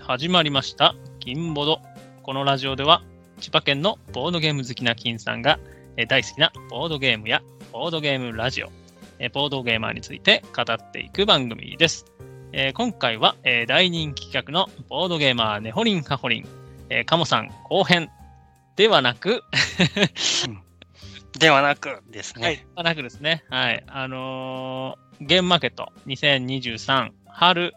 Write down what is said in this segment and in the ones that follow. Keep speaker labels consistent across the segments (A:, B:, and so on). A: 始まりました。金ボド。このラジオでは、千葉県のボードゲーム好きな金さんが、えー大好きなボードゲームやボードゲームラジオ、えーボードゲーマーについて語っていく番組です。えー今回は、えー大人気企画のボードゲーマーねほりんかほりん、えー、かもさん後編ではなく、
B: ではなくですね。
A: はい、ではなくですね、はい、あのーゲームマーケット2023春、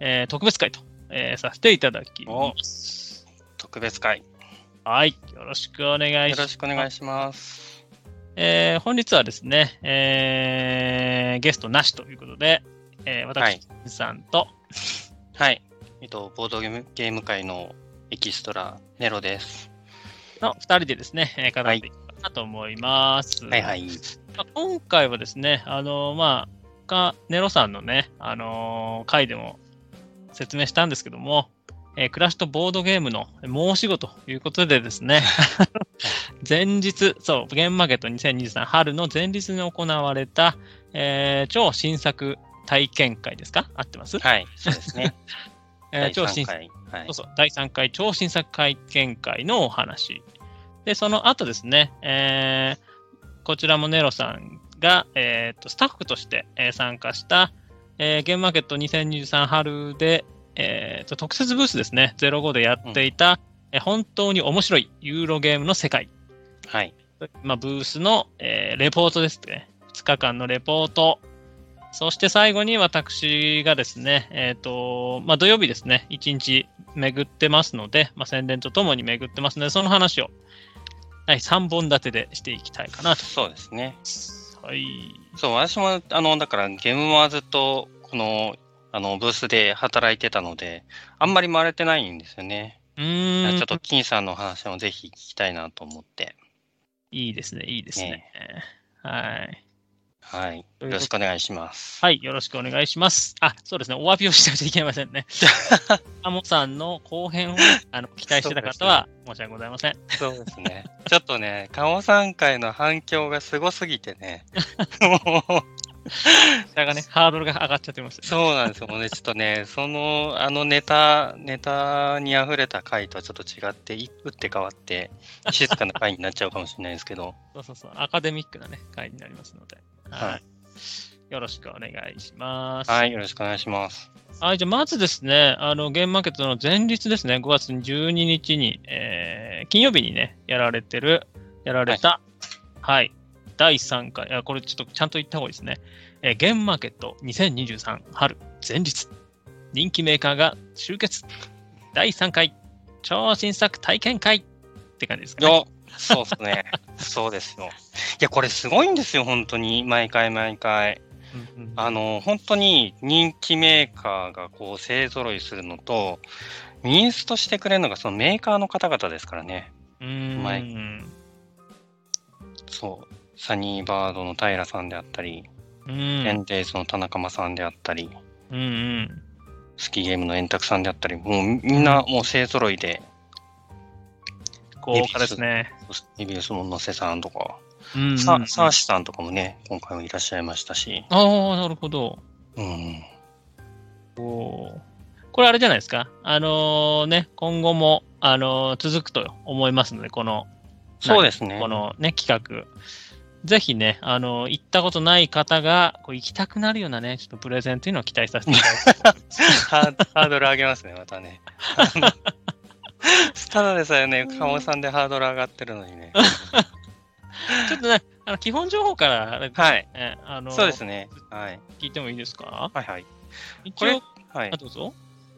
A: えー特別会と、えーさせていただきます。
B: 特別会。
A: はい、よろしくお願い
B: よ
A: し
B: ろ
A: ます。
B: しくお願いします。
A: えー本日はですね、えーゲストなしということで、えー
B: は
A: 私
B: い、
A: 金さんと、
B: はい。えっと、ボードゲームゲーム会のエキストラ、ネロです。
A: の2人でですね、えー語っていこうかなと思います。
B: はいはい。
A: まあ今回はですね、あのまあ、かネロさんのね、あのー回でも説明したんですけども、えー、暮らしとボードゲームの申し子ということでです ね、前日、そう、ゲームマーケット2023春の前日に行われた、えー超新作体験会ですか合ってます、
B: はい。そうですね。
A: えー超
B: 第
A: 新
B: 三
A: 作
B: 回。はい
A: そう。そう、第3回超新作会見会のお話。で、その後ですね、えーこちらもネロさんが、えーとスタッフとして、えー参加した、えーゲームマーケット2023春で、えーと特設ブースですね、05でやっていた、えー本当に面白いユーロゲームの世界
B: はい。
A: まあ、ブースの、えーレポートですね。2日間のレポート。そして最後に私がですね、えっ、と、まあ、土曜日ですね、1日巡ってますので、まあ、宣伝とともに巡ってますので、その話を、はい、3本立てでしていきたいかなと。
B: そうですね。
A: はい。
B: そう、私も、あの、だから、ゲームはずっと、この、あの、ブースで働いてたので、あんまり回れてないんですよね。
A: うーん。
B: ちょっと、金さんの話もぜひ聞きたいなと思って。
A: いいですね、いいですね。はい。
B: はい。
A: という
B: よ
A: ことで
B: ろしくお願いします。
A: はい、よろしくお願いします。あ、そうですね、お詫びをしなくちゃいけませ んね。アモさんの後編をあの期待してた方は申し訳ございません。
B: そうですね。ちょっとね、顔3回の反響がすごすぎてね。もう
A: 下がね、ハードルが上がっちゃってます、ね。
B: そうなんですよね。ちょっとね、その、あのネタ、ネタに溢れた回とはちょっと違って、い打って変わって、静かな回になっちゃうかもしれないですけど、
A: そうそうそう、アカデミックなね、会になりますので。はい。
B: はい
A: よろしくお願いします。
B: はい、よろしくお願いします。
A: はい、じゃあまずですね、あの、ゲームマーケットの前日ですね、5月12日に、えー金曜日にね、やられてる、やられた、はい、第3回、あこれちょっとちゃんと言った方がいいですね。えーゲームマーケット2023春前日、人気メーカーが集結、第3回、超新作体験会って感じですかね。
B: よそうですね。そうですよ。いや、これすごいんですよ、本当に。毎回毎回。
A: うんうん
B: あの、本当に人気メーカーがこう、勢揃いするのと、ニーストしてくれるのがそのメーカーの方々ですからね。
A: うーん
B: マイそう。サニーバードの平さんであったり、
A: う
B: エ
A: ん
B: ンデイズの田中間さんであったり、
A: うんうん
B: スキーゲームの円卓さんであったり、もうみんなもう勢揃いで、
A: 豪華ですね。
B: イビウスののせさんとか、
A: うんうん
B: サーサーシさんとかもね、今回もいらっしゃいましたし、
A: ああ、なるほど。
B: うん、
A: おーこれあれじゃないですか。あのーね、今後も、あのー続くと思いますので、この、
B: そうですね。
A: このね、企画。ぜひね、あのー行ったことない方が、こう行きたくなるようなね、ちょっとプレゼンというのを期待させていた だきます。
B: ハードハードル上げますね、またね。 ただでさえね、鴨さんでハードル上がってるのにね。
A: ちょっとね、あの基本情報からあれ、
B: はい、
A: えあのー
B: そうですね。はい。
A: 聞いてもいいですか
B: はいはい。
A: 一
B: これ
A: 応、、
B: はい
A: あ、。どうぞ。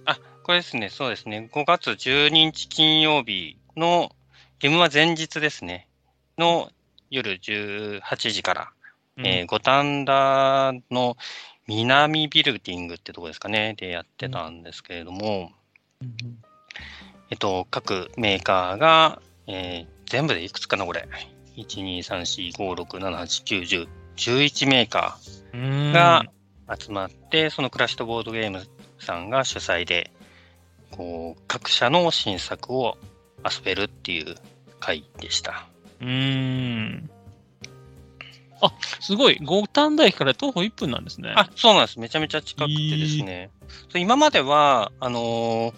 B: あ、これですね、そうですね。5月12日金曜日の、ゲームは前日ですね。の夜18時から、
A: うん
B: えー五反田の南ビルディングってとこですかね、でやってたんですけれども、
A: うんうん
B: えっと、各メーカーが、えー全部でいくつかな、これ。1,2,3,4,5,6,7,8,9,10,11メーカ
A: うーん
B: がー集まって、そのクラシットボードゲームさんが主催で、こう、各社の新作を遊べるっていう回でした。
A: うーん。あ、すごい。五反田駅から徒歩1分なんですね。
B: あ、そうなんです。めちゃめちゃ近くてですね。そう今までは、あのー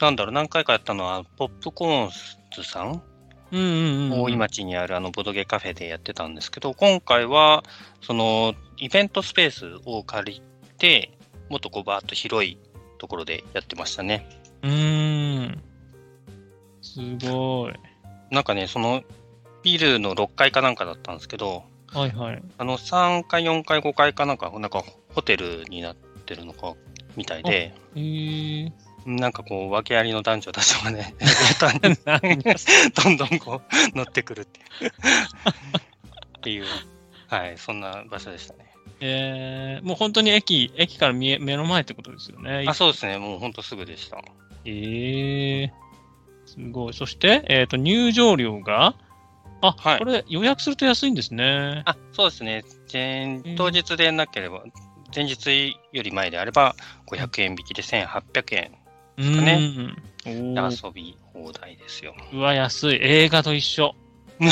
B: なんだろう、何回かやったのは、ポップコーンズさん、
A: うんうんうん。
B: 大井町にあるあのボドゲカフェでやってたんですけど、今回は、その、イベントスペースを借りて、もっとこう、バーッと広いところでやってましたね。
A: うーん。すごい。
B: なんかね、その、ビルの6階かなんかだったんですけど、
A: はいはい。
B: あの、3階、4階、5階かなんか、なんかホテルになってるのか、みたいで、
A: え ー、
B: なんかこう、訳ありの男女たちが ね、途端に
A: なんだ
B: どんどんこう乗ってくるっていうっていうはいそんな場所でしたね
A: えー、もう本当に駅、駅から見え目の前ってことですよね。
B: あそうですねもうほんとすぐでした
A: えー、すごい。そして、えっ、と、入場料が、あ、
B: はい
A: これ予約すると安いんですね。
B: あそうですね前
A: うん
B: 当日でなければ前日より前であれば500円引きで1800円
A: う
B: かね
A: ーん。お
B: で
A: ー
B: 遊び放題ですよ
A: うわ、安い。映画と一 緒。ね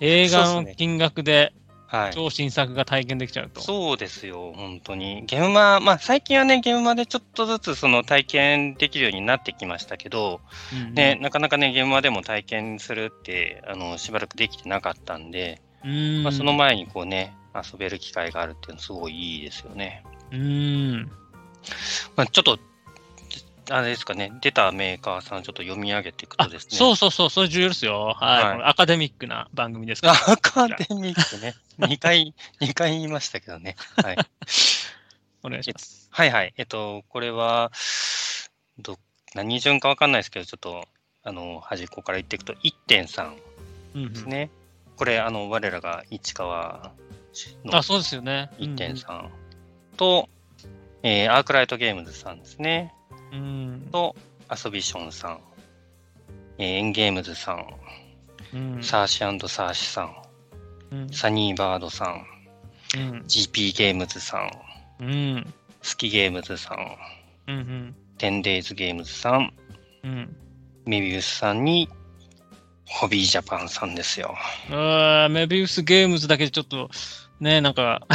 A: 映画の金額で
B: はい
A: 超新作が体験できちゃうと。
B: そうですよ本当にゲームマまあ最近はねゲームマでちょっとずつその体験できるようになってきましたけど、
A: うんうん
B: ね、なかなかねゲームマでも体験するってあのしばらくできてなかったんで
A: うーん
B: まあ、その前にこうね、遊べる機会があるっていうのすごいいいですよね。
A: うーん。
B: まあ、ちょっと、あれですかね、出たメーカーさんちょっと読み上げていく
A: あ
B: とですね。
A: そうそうそう、それ重要ですよ。はい。
B: はい
A: このアカデミックな番組ですから。
B: アカデミックね。2回、 二回言いましたけどね。はい。
A: お願いします。
B: はいはい。えっと、これは、ど何順かわかんないですけど、ちょっと、あの、端っこから言っていくと、1.3
A: うんうん
B: ですね。これ、あの、我らが市川の
A: あ、そうですよね。
B: 1.3と、えーアークライトゲームズさんですね。
A: うんうん。
B: と、アソビションさん、えーエンゲームズさん、
A: うん。
B: サーシサーシさん、
A: うん
B: サニーバードさん、
A: うん。
B: GP ゲームズさ
A: う
B: ん、
A: ん。
B: スキゲームズさん、
A: うんうん。
B: テンデイズゲームズさん、
A: うん。
B: メビウスさんに、ホビージャパンさんですよ。
A: あーメビウスゲームズだけでちょっと、ね、なんか、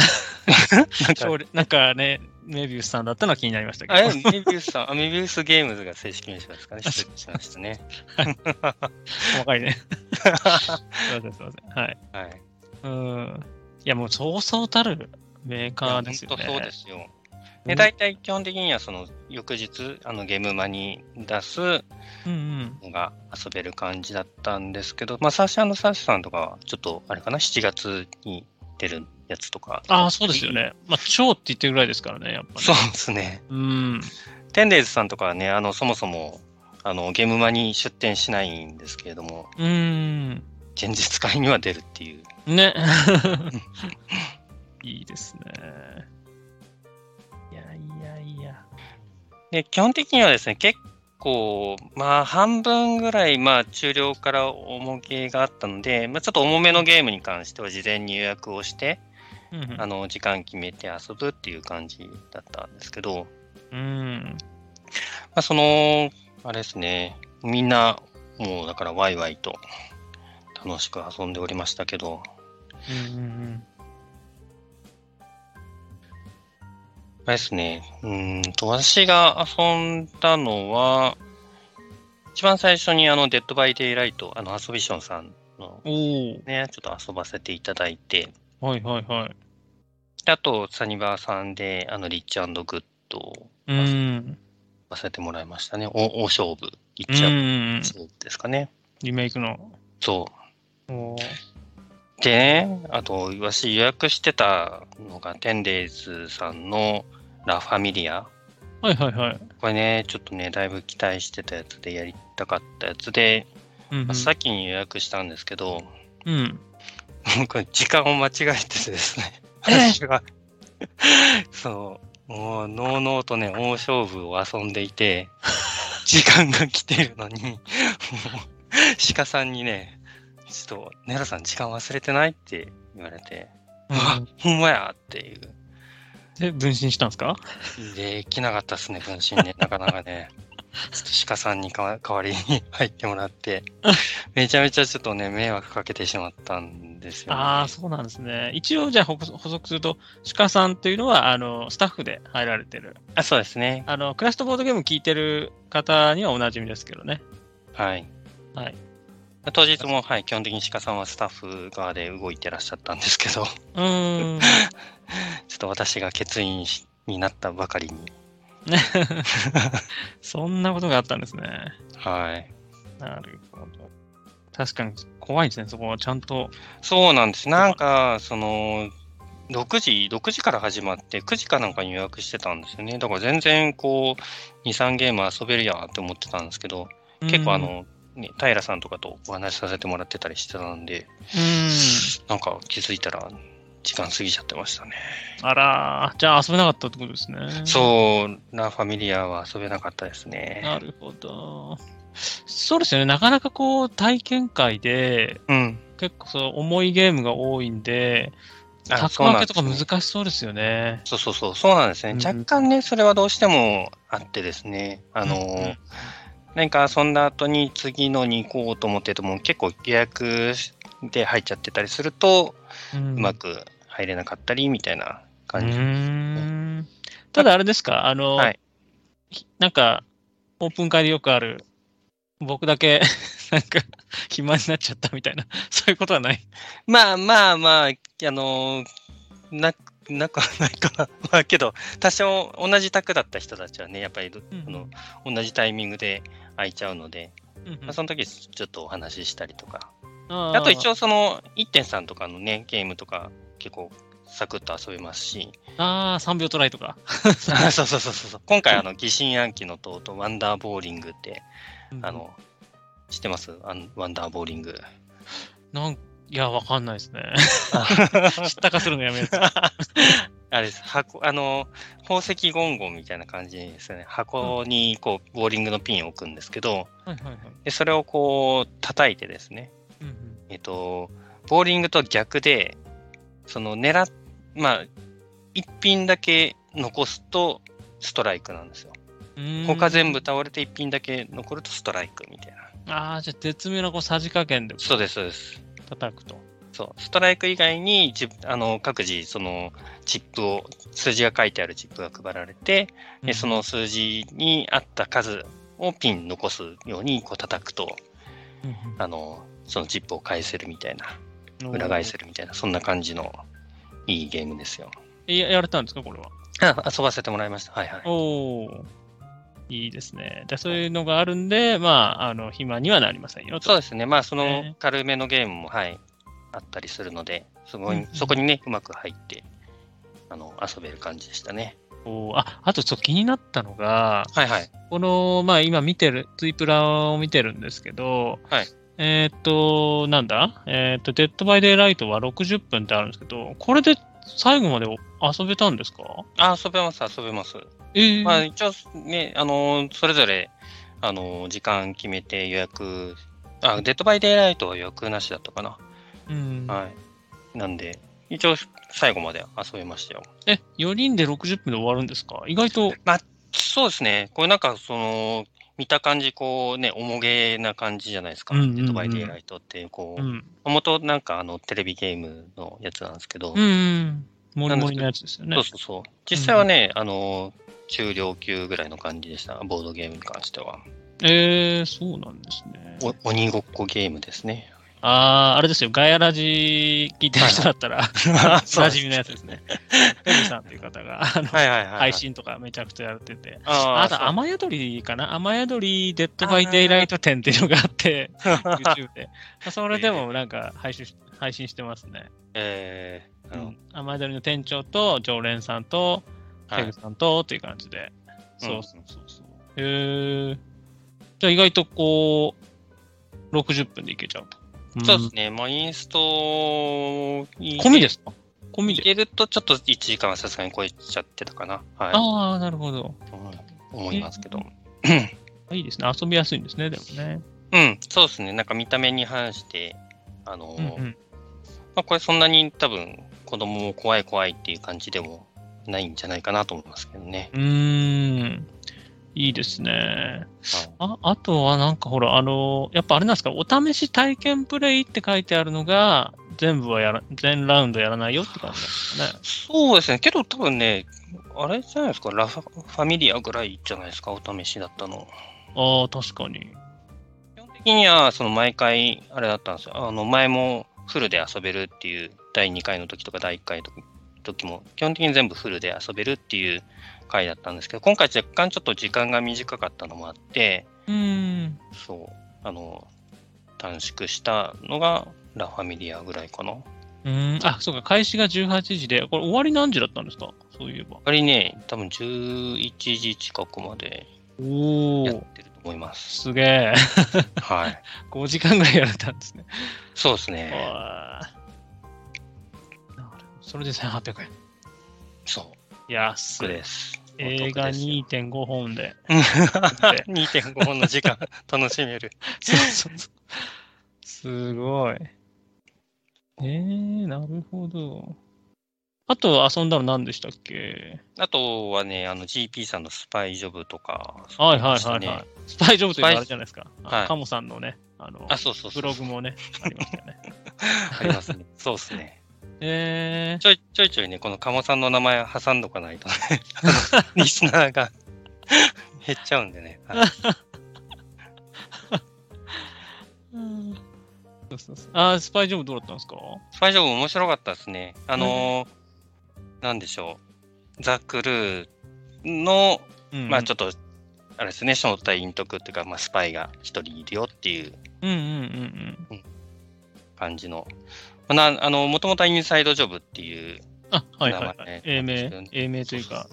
B: なんか
A: 勝利なんかね、メビウスさんだったのは気になりましたけ
B: あ
A: ど。
B: れメビウスさん、あメビウスゲームズが正式名称ですかね。失礼しまし たね。
A: 細かい ね。すいません、すいません。はい。
B: はい。
A: うん。いや、もうそうそうたるメーカーですよね。
B: いや本当そうですよ。
A: う
B: で、
A: ん
B: 大体基本的にはその翌日、あのゲームマに出す
A: うんうん。
B: のが遊べる感じだったんですけど、まあ、サーシャサーシさんとかは、ちょっとあれかな、7月に出るやつとか。
A: ああ、そうですよ。ね。まあ、超って言ってるぐらいですからね、やっぱり、
B: そうですね。
A: うん。
B: テンデイズさんとかはね、あのそもそもあのゲームマに出店しないんですけれども、
A: うん。
B: 前日会には出るっていう。
A: ね。 いいですね。いやいやいや。
B: で、基本的にはですね、結構、まあ、半分ぐらい、まあ、中量から重げがあったので、まあ、ちょっと重めのゲームに関しては事前に予約をして、
A: うんうん
B: あの、時間決めて遊ぶっていう感じだったんですけど、
A: うん。
B: まあ、その、あれですね、みんな、もうだからワイワイと楽しく遊んでおりましたけど、
A: うんうん
B: あれですね、うーんと、私が遊んだのは、一番最初にあの、デッドバイデイライト、あの、アソビションさんの
A: うん。お
B: ね、ちょっと遊ばせていただいて、
A: お。はいはいはい。
B: であと、サニバーさんで、あの、リッチグッドを
A: うん。
B: 遊ばせてもらいましたね。お、大勝負。リ
A: うん
B: ッ
A: う
B: チ
A: ん
B: ャン
A: うん。
B: 勝負ですかね。
A: リメイクの。
B: そ
A: おー
B: う。でね、あと、私予約してたのが、テンデイズさんのラ・ファミリア。
A: はいはいはい。
B: これね、ちょっとね、だいぶ期待してたやつで、やりたかったやつで、
A: うんうん。
B: 先に予約したんですけど、
A: うん。
B: 僕は時間を間違えててですね、
A: え
B: 私が、 そう、もう、のうのうとね、大勝負を遊んでいて、時間が来てるのに、もう、鹿さんにね、ちょっと、ネロさん、時間忘れてないって言われて、あ、ほんまやっていう。
A: で、分身したんですか
B: できなかったっすね、分身ね、なかなかね。ちょっと鹿さんにかわ代わりに入っても らって、めちゃめちゃちょっとね、迷惑かけてしまったんですよ、ね。
A: ああ、そうなんですね。一応、じゃあ補補足すると、鹿さんというのは、あの、スタッフで入られてる。
B: あそうですね。
A: あの、クラシットボードゲーム聞いてる方にはおなじみですけどね。
B: はい。
A: はい。
B: 当日も、はい、基本的に鹿さんはスタッフ側で動いてらっしゃったんですけど、ちょ
A: うーん。
B: っと私が欠員しになったばかりに。
A: そんなことがあったんですね。
B: はい。
A: なるほど。確かに怖いですね、そこはちゃんと。
B: そうなんです。なんか、その、6時、6時から始まって、9時かなんかに予約してたんですよね。だから全然こう、2、3ゲーム遊べるやって思ってたんですけど、結構あの、ね、平さんとかとお話しさせてもらってたりしてたんで、
A: うん、うん。
B: なんか気づいたら時間過ぎちゃってましたね。
A: あらー、じゃあ遊べなかったってことですね。
B: そう、ラ・ファミリアは遊べなかったですね。
A: なるほど。そうですよね、なかなかこう、体験会で、
B: うん。
A: 結構その重いゲームが多いんで、
B: あ
A: 格
B: そう
A: 分
B: なん
A: けと
B: で
A: か
B: すね
A: 難しそうですよね。
B: そうそうそう、そうなんですね
A: う。ん
B: 若干ね、それはどうしてもあってですね、あの
A: うんうん
B: ー、何か遊んだ後に次のに行こうと思ってても、結構予約で入っちゃってたりすると、
A: うん
B: うまく入れなかったりみたいな
A: う
B: 感じ。
A: ーんただあれですか、あの、
B: はい
A: ひなんか、オープン会でよくある、僕だけ、 なんか、暇になっちゃったみたいな、 そういうことはない。
B: まあまあまあ、あのーな、なくは ないかな。まあけど、多少同じ卓だった人たちはね、やっぱりど、
A: うん
B: あの同じタイミングで空いちゃうので、
A: うんうん
B: まあ、その時ちょっとお話ししたりとか。
A: あ
B: あと一
A: 応、
B: 応その1.3とかのね、ゲームとか結構サクッと遊べますし、
A: あー3秒トライとか。
B: あそうそうそうそうそう。今回あの、疑心暗鬼の塔とワンダーボーリングって、あの、知ってますあのワンダーボーリング。
A: なんいや、わかんないですね。 知ったかするのやめる。
B: あれです箱あの宝石ゴンゴンみたいな感じにですね箱にこうボーリングのピンを置くんですけど
A: はいはいはい。
B: でそれをこう叩いてですね
A: うんうん
B: えっとボーリングと逆でその狙っまあ一品だけ残すとストライクなんですよ
A: うーん
B: 他全部倒れて一品だけ残るとストライクみたいな
A: ああ、じゃあ絶妙なこうさじ加減で
B: そうですそうです
A: 叩くと。
B: そうストライク以外に自あの各自そのチップを数字が書いてあるチップが配られて
A: う
B: で
A: ん
B: その数字に合った数をピン残すようにこう叩くと
A: うん
B: あのそのチップを返せるみたいな
A: うん
B: 裏返せるみたいなそんな感じのいいゲームですよ
A: えややれたんですか、これは。
B: あ遊ばせてもらいましたはいはい
A: おお。いいですね。でそういうのがあるんで、まあ、あの暇にはなりませんよ
B: そう
A: と。
B: ですねまあそ
A: ね
B: の軽めのゲームもはいあったりするのですご
A: うんう
B: い
A: ん
B: そこにねうまく入ってあの遊べる感じでしたね
A: おーああと、ちょっと気になったのが、
B: はいはい
A: この、まあ、今見てる、ツイプラを見てるんですけど、
B: はい
A: えーっと、なんだえーっと、デッドバイデイライトは60分ってあるんですけど、これで最後まで遊べたんですか
B: あ遊べます遊べます
A: ええ
B: まあ一応ね、あのーそれぞれ、あのー時間決めて予約、あ、デッドバイデイライトは予約なしだったかな。
A: うん
B: はい。なんで、一応最後まで遊べましたよ。
A: え、4人で60分で終わるんですか意外と。
B: そうですね。これなんかその、見た感じ、こうね、重げな感じじゃないですか。
A: うんうんうん
B: デッドバイデイライトって、こう、
A: ん。
B: 元々なんかあのテレビゲームのやつなんですけど、
A: うんうん。もりもりのやつですよね
B: そう。そうそう。実際はね、あのー中量級ぐらいの感じでした。ボードゲームに関しては。
A: えー、そうなんですね。
B: お鬼ごっこゲームですね。
A: あー、あれですよ。ガヤラジ聞いてる人だったら、
B: あ
A: おなじみのやつですね。ペグさんという方が、あの、
B: はいはいはいはい。
A: 配信とかめちゃくちゃやってて。
B: あ
A: あ
B: あ
A: と、
B: と、
A: 雨宿りかな雨宿りデッドバイデイライト10っていうのがあ って、YouTube で。それでもなんか配信し配信してますね。
B: えー、あの
A: 雨宿りの店長と常連さんと、
B: は
A: ペグ
B: い
A: さんとっていう感じで。そううんそうそうそう。へえ。じゃあ意外とこう、60分でいけちゃうと。
B: そうですね、もうインスト
A: うん
B: 込
A: 込みですか込み
B: い
A: で。
B: けるとちょっと1時間はさすがに超えちゃってたかな。は
A: ああ、なるほど。
B: い。うん思いますけど。
A: いいですね。遊びやすいんですね、でもね。
B: うん、そうですね。なんか見た目に反して、あのー、
A: うんうん
B: まあ、これそんなに多分子供も怖い怖いっていう感じでもないんじゃないかなと思いますけどね。
A: うーん。いいですね。ああとはなんかほら、あの、やっぱあれなんですか、お試し体験プレイって書いてあるのが、全部はやら、全ラウンドやらないよって感じなんですかね。
B: そうですね。けど多分ね、あれじゃないですか、ラファファミリアぐらいじゃないですか、お試しだったの。
A: ああ、確かに。
B: 基本的には、その毎回、あれだったんですよ。あの、前もフルで遊べるっていう、第2回の時とか第1回の時時も、基本的に全部フルで遊べるっていう回だったんですけど、今回若干ちょっと時間が短かったのもあって、
A: うーん。
B: そう、あの、短縮したのが、ラファミリアぐらいかな。
A: うーん。あ、そうか、開始が18時で、これ終わり何時だったんですかそういえば。
B: あれね、多分11時近くまで
A: お
B: やっ
A: お、
B: てると思います。
A: すげえ。
B: はい。
A: 5時間ぐらいやられたんですね。
B: そうです
A: おー
B: ね。
A: なるほどそれで1800円。
B: そ
A: 安
B: う
A: い。
B: です。
A: 映画
B: お得ですよ
A: 2.5本で。
B: 2.5本の時間楽しめる。
A: そうそうそう。すごい。えー、なるほど。あと遊んだの何でしたっけ
B: あとはね、あの GP さんのスパイジョブとか。
A: はいはい
B: そう
A: はい
B: で
A: はい。
B: すね
A: スパイジョブというのはあれじゃないですか。
B: パイ
A: あ
B: はい
A: カモさんのね、あの
B: あ、そうそうそう。
A: ブログもね、ありましたよね。
B: あり ますね。そうですね。
A: えー
B: ちょいちょいちょいね、この鴨さんの名前挟んどかないとね、 あのリスナーが減っちゃうんでね。はい
A: そうそうそうあー、スパイジョブどうだったんですか
B: スパイジョブ面白かったですね。あのー、なんでしょう。ザ・クルーの、
A: うん
B: まあちょっと、あれですね、正体隠匿っていうか、まあ、スパイが一人いるよっていう
A: うんうんうん
B: 感じの。まあなあの、もともとはインサイドジョブっていう
A: うん。あ、はいはい、は
B: 名
A: い
B: 前ね。
A: 英
B: なんですよ
A: 名
B: ね、
A: 英名というか、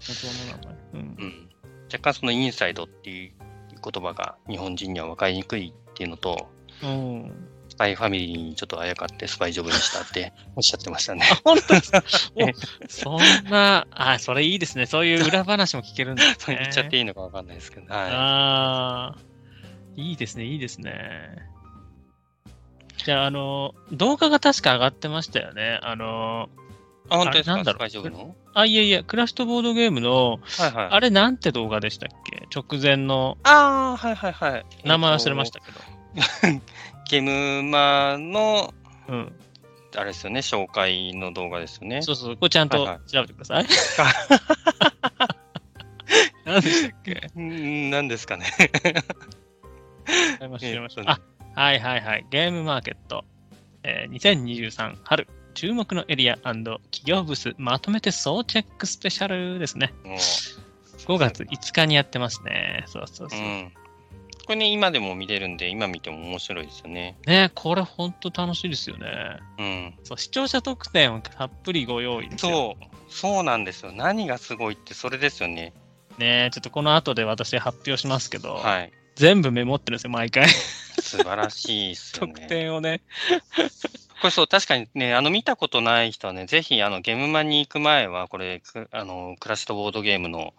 B: そうそう
A: 元の名前。うん
B: そううん、若干そのインサイドっていう言葉が日本人には分かりにくいっていうのと、
A: うん。
B: スパイファミリーにちょっとあやかってスパイジョブにしたって おっしゃってましたね。
A: 本当ですかそんな、あ、それいいですね。そういう裏話も聞けるんです
B: そう
A: ね。
B: 言っちゃっていいのか分かんないですけど、は
A: ああ、いいですね、いいですね。じゃあ、あの、動画が確か上がってましたよね。あの、
B: い。あ、本当です
A: あれなんだ
B: かス
A: ろう
B: パイジョブの
A: あ、いえいえ、クラフトボードゲームの、
B: はいはい。
A: あれなんて動画でしたっけ直前の、
B: あーはいはいはい。
A: 名前忘れましたけど。
B: ゲムマの、
A: うん。
B: あれですよね、紹介の動画ですよね。
A: そうそう、これちゃんと
B: はいは
A: 調べてくださ い。何でしたっけ
B: うん、何です かね。
A: 調べました、
B: え
A: 調べまし
B: そう
A: た。あ、はいはいはい。ゲームマーケット、えー2023春、注目のエリア企業ブース、まとめて総チェックスペシャルですね。
B: もう
A: 5月5日にやってますね。そうそうそう。
B: うん。これね、今でも見れるんで、今見ても面白いですよね。
A: ねこれほんと楽しいですよね。
B: うん。
A: そう、視聴者特典をたっぷりご用意ですよ
B: そう、そうなんですよ。何がすごいって、それですよね。
A: ねちょっとこの後で私発表しますけど、
B: はい。
A: 全部メモってるんですよ、毎回。
B: 素晴らしいですよ
A: 特
B: ね。
A: 典をね。
B: これそう、確かにね、あの、見たことない人はね、ぜひ、あの、ゲームマに行く前は、これ、くあの、クラシットボードゲームの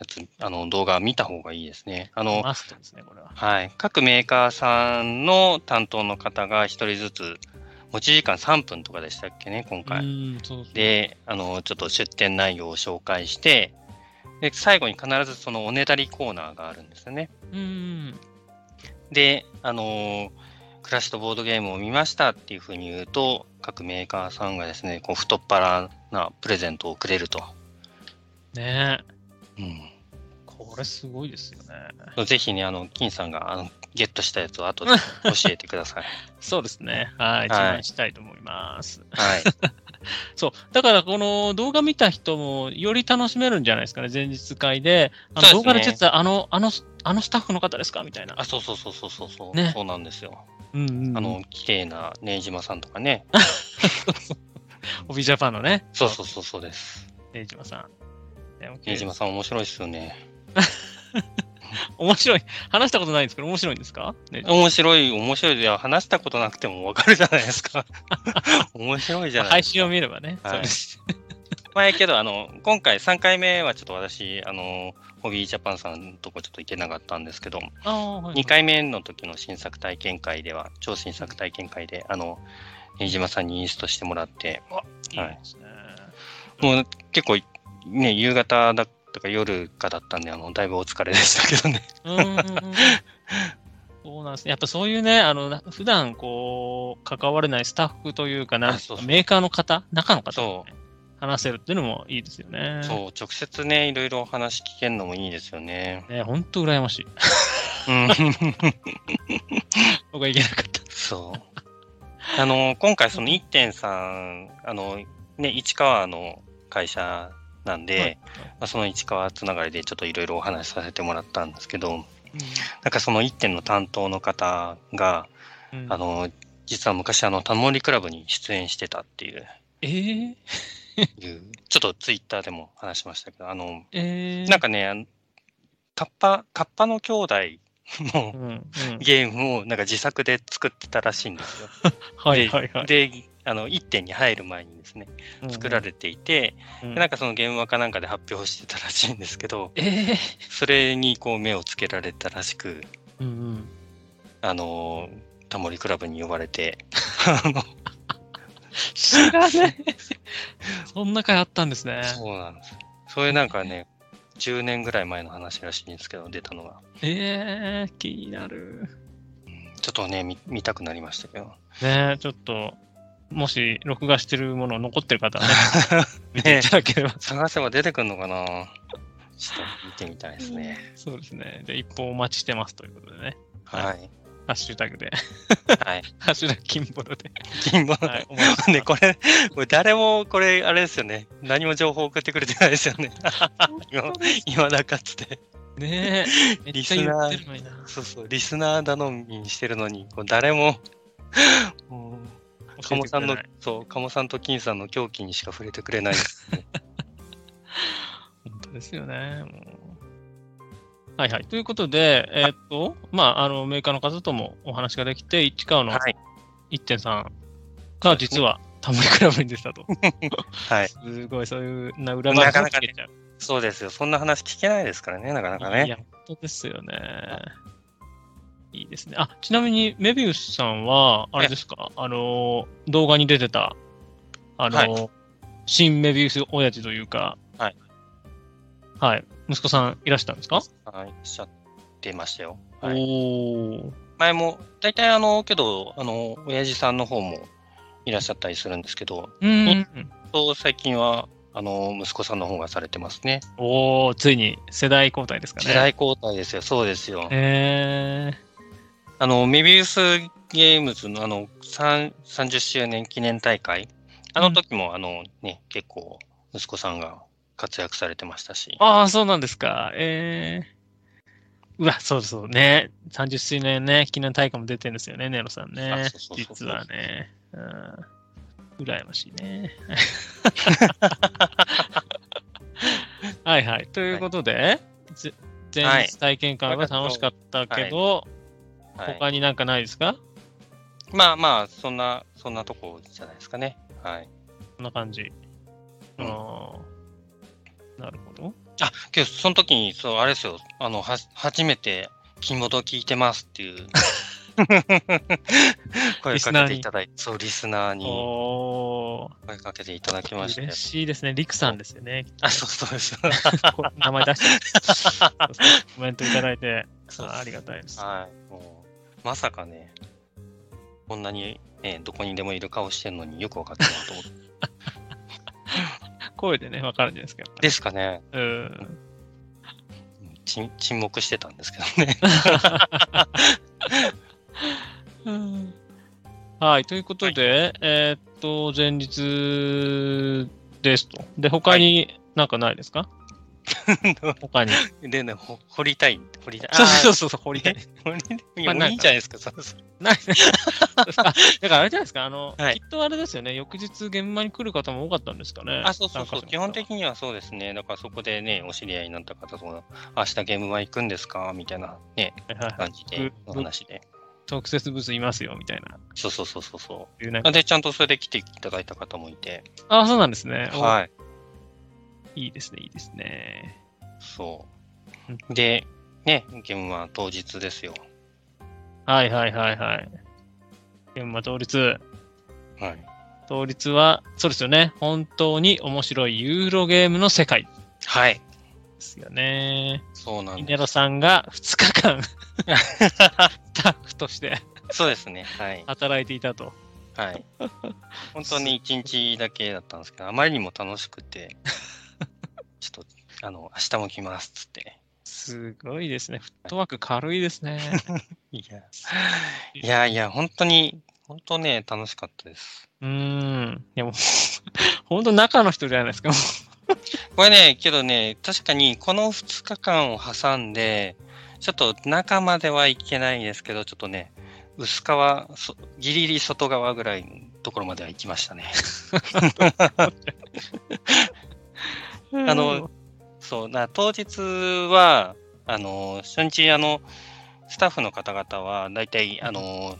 B: やつ、あの、動画見た方がいいですね。あの、
A: マストですね、これは。
B: はい。各メーカーさんの担当の方が一人ずつ、持ち時間3分とかでしたっけね、今
A: う
B: 回。
A: ん、そうそう。
B: で、あの、ちょっと出店内容を紹介して、で、最後に必ずそのおねだりコーナーがあるんですよね。
A: うん。
B: で、あのークラシットボードゲームを見ましたっていうふうに言うと、各メーカーさんがですね、こう太っ腹なプレゼントをくれると。
A: ね
B: うん、
A: これすごいですよね。
B: ぜひね、あの、金さんがあのゲットしたやつを後で 教えてください。
A: そうですね。はい。自
B: はい
A: 慢したいと思います。
B: はい。
A: そう。だから、この動画見た人も、より楽しめるんじゃないですかね。前日会で。あの
B: そ
A: 動
B: う
A: 画
B: ですね
A: でちょっと、あの、あの、あのスタッフの方ですかみたいな
B: あ、。そうそうそうそうそうそう、
A: ね
B: そうなんですよ。
A: うんうんうん。
B: あの、綺麗なねじまさんとかね。
A: オフィジャパンのね。
B: そうそうそうそうです。
A: ネイジマさん。ね
B: ねじまさん面白いですよね。
A: 面白い。話したことないんですけど、面白いんですかね
B: 面白い、面白いでは話したことなくてもわかるじゃないです か。面白いじゃない
A: 配
B: ですか。
A: 信を見ればね。
B: はい
A: そうです。
B: 前けど、あの、今回3回目はちょっと私、あの、ホビージャパンさんのとこちょっと行けなかったんですけど、
A: ああ、はい。
B: 2回目の時の新作体験会では、超新作体験会で、あの、飯島さんにインストしてもらって、
A: いいですね。
B: もう結構ね、夕方だとか夜かだったんで、あの、だいぶお疲れでしたけどね。
A: うんうんうんそうなんですね。やっぱそういうね、あの、な普段こう、関われないスタッフというかな、
B: あそうそう
A: メーカーの方、中の方と
B: そ
A: ね、話せるっていうのもいいですよね。
B: う、そう、直接ね、いろいろお話聞けるのもいいですよね。
A: ね、本当羨ましい。
B: うん。
A: 僕は行けなかった。
B: そう。あの、今回その1.3、あの、ね、市川の会社なんで、
A: はい
B: まあ、その市川つながりでちょっといろいろお話しさせてもらったんですけど、なんかその1点の担当の方が、
A: うん
B: あの、実は昔あの、タモリクラブに出演してたっていう、
A: えー、
B: いうちょっとツイッターでも話しましたけど、あの、
A: えー、
B: なんかね、あのカッパ、カッパの兄弟
A: う
B: の
A: ん、うん、
B: ゲームをなんか自作で作ってたらしいんですよ。
A: はいはいはい。
B: で、であの、1点に入る前にですね、作られていて、
A: うんうん
B: でなんかその現場かなんかで発表してたらしいんですけど、
A: え
B: それにこう目をつけられたらしく、
A: ー、うんうん。
B: あのータモリクラブに呼ばれて、あの
A: 知らない。 そんな回あったんですね。
B: そうなんです。そういうなんかね、10年ぐらい前の話らしいんですけど、出たのが。
A: えー、気になる。
B: うんちょっとね見、見たくなりましたけど。
A: ねちょっと、もし録画してるもの残ってる方はね、 見ていただければ。
B: 探せば出てくるのかなちょっと見てみたいですね。
A: そうですね。で、一本お待ちしてますということでね。
B: はい。
A: ハッシュタグで、
B: はい。
A: ハッシュタグ金ボロで。
B: 金棒、
A: はい、お待ちして
B: ね、
A: ます。
B: これ、これ誰も、これ、あれですよね。何も情報送ってくれてないですよね。今、今だかつて。
A: ねえ、めっ
B: リ
A: ちゃ
B: ス
A: 言
B: ナー
A: ってるのにな。
B: そうそう、リスナー頼みにしてるのに、こう誰も、もう
A: 教え
B: 鴨
A: てく
B: さん
A: れ
B: の
A: ない、
B: そう、鴨さんと金さんの狂気にしか触れてくれない。
A: 本当ですよね。もうはいはい。ということで、えーっと、まあ、あの、メーカーの方ともお話ができて、市川の
B: はい。
A: 1.3が実はタモリクラブに出てたと。
B: はい。
A: すごい、そういうな裏話が聞けちゃう。
B: そうですよ。そんな話聞けないですからね、なかなか
A: い
B: ね。
A: や、本当ですよね。いいですね。あ、ちなみに、メビウスさんは、あれですか、あの、動画に出てた、あの、
B: は
A: 新メビウス親父というか、
B: はい。
A: はい。息子さんいらしたんですか、
B: はい。おっしゃってましたよ。はい。
A: おー。
B: 前も、大体あの、けど、あの、親父さんの方もいらっしゃったりするんですけど、
A: うん。
B: そう最近は、あの、息子さんの方がされてますね。
A: おー、ついに世代交代ですかね。
B: 世代交代ですよ。そうですよ。
A: え
B: あの、メビウスゲームズのあの、3 30周年記念大会、あの時も、あのね、結構、息子さんが活躍されてましたし、
A: ー。ああ、そうなんですか。えー。うわ、そうそうね。30周年ね、記念大会も出てるんですよね、ネロさんね
B: あそう。そうそうそう
A: 実はね。うん。羨ましい ね。はいはい。ということで、ぜ前日体験会は楽しかったけど、
B: はい
A: 他になんかないですか
B: まあまあ、そんな、そんなとこじゃないですかね。はい。
A: こんな感じ。
B: うん
A: あーなるほど。
B: あ、今日、その時に、そう、あれですよ、あの、は、初めて、金本聞いてますっていう、 声
A: リス
B: か
A: ナー
B: け
A: に
B: ていただいて、そう、リスナーに
A: お
B: 声かけていただきまし
A: ー、
B: て
A: 嬉。しいですね。リクさんですよね。
B: あ、そうそうです。
A: こう名前出して そうそうコメントいただいて、
B: そう
A: あありがたいです。
B: はい。もうまさかね、こんなに、ね、どこにでもいる顔してるのによく分かったなと思って。
A: 声でね、わかるんじゃないですか。
B: ですかね、
A: うーん。
B: 沈沈黙してたんですけどね。
A: うんはい、ということで、えーっと、前日ですと。で、他になんかないですか、 他に。
B: でね、ほ掘りたい、掘りたい。
A: そうそう
B: う。
A: そうそう、掘りたい。
B: 掘りたいいや
A: まあなんか
B: もういいんじゃないですか、そうそう。
A: ないねあだからあれじゃないですか、あの、
B: はい
A: きっとあれですよね、翌日現場に来る方も多かったんですかね。
B: あ、そうそうそ
A: 参
B: う。
A: 加者の方
B: 基本的にはそうですね。だからそこでね、お知り合いになった方と、明日ゲームは行くんですかみたいなね、
A: はいはいはい
B: 感じで、
A: ぶ
B: お話で。
A: 特設ブースいますよ、みたいな。
B: そうそうそうそうそ
A: いうなん
B: う。
A: か
B: で、ちゃんとそれで来ていただいた方もいて。
A: あ、そうなんですね。お
B: はい。
A: いいですね、いいですね。
B: そうう。で、ね、ゲームは当日ですよ。
A: はいはいはいはい。現場倒立。
B: はい。
A: 倒立は、そうですよね。本当に面白いユーロゲームの世界。
B: はい。
A: ですよね。
B: そうなん
A: ミ
B: で
A: ネ
B: す。
A: ロさんが2日 間、スタッフとして
B: そうですね。はい。
A: 働いていたと。
B: はい。本当に一日だけだったんですけど、あまりにも楽しく て、ちょっと、あの、明日も来ますっつって。
A: すごいですね。フットワーク軽いです ね。
B: いや、いやいや、本当に、本当ね、楽しかったです。
A: うーん。いやもう、本当中の人じゃないですか。も
B: これね、けどね、確かにこの2日間を挟んで、ちょっと中まではいけないですけど、ちょっとね、薄皮、そギリギリ外側ぐらいのところまでは行きましたね。
A: う
B: あの、そうな当日はあの初日あのスタッフの方々は大体あの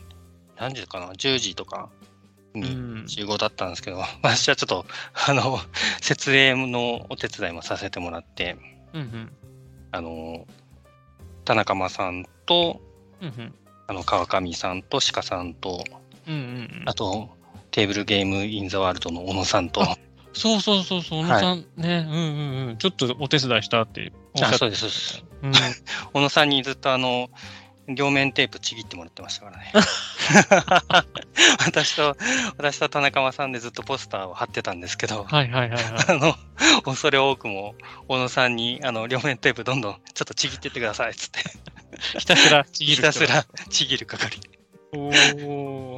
B: 何時かな10時とか
A: う
B: に
A: ん、
B: 集合だったんですけど、 私はちょっとあの設営のお手伝いもさせてもらって
A: うんうん。
B: あの田中間さんと
A: うんうん。
B: あの川上さんと鹿さんと
A: うんうん
B: あとテーブルゲームインザワールドの小野さんとあ
A: そうそうそうそう、小野さん、ね、うんうんうん。ちょっとお手伝いしたっておっしゃって
B: そうですそうです
A: うん
B: 小野さんにずっとあの両面テープちぎってもらってましたからね 私と私と田中間さんでずっとポスターを貼ってたんですけど
A: はいはいはいは
B: あの恐れ多くも小野さんにあの両面テープどんどんちょっとちぎってってくださいっつって
A: い。ひたすらちぎる。
B: ひたす。らちぎる係
A: お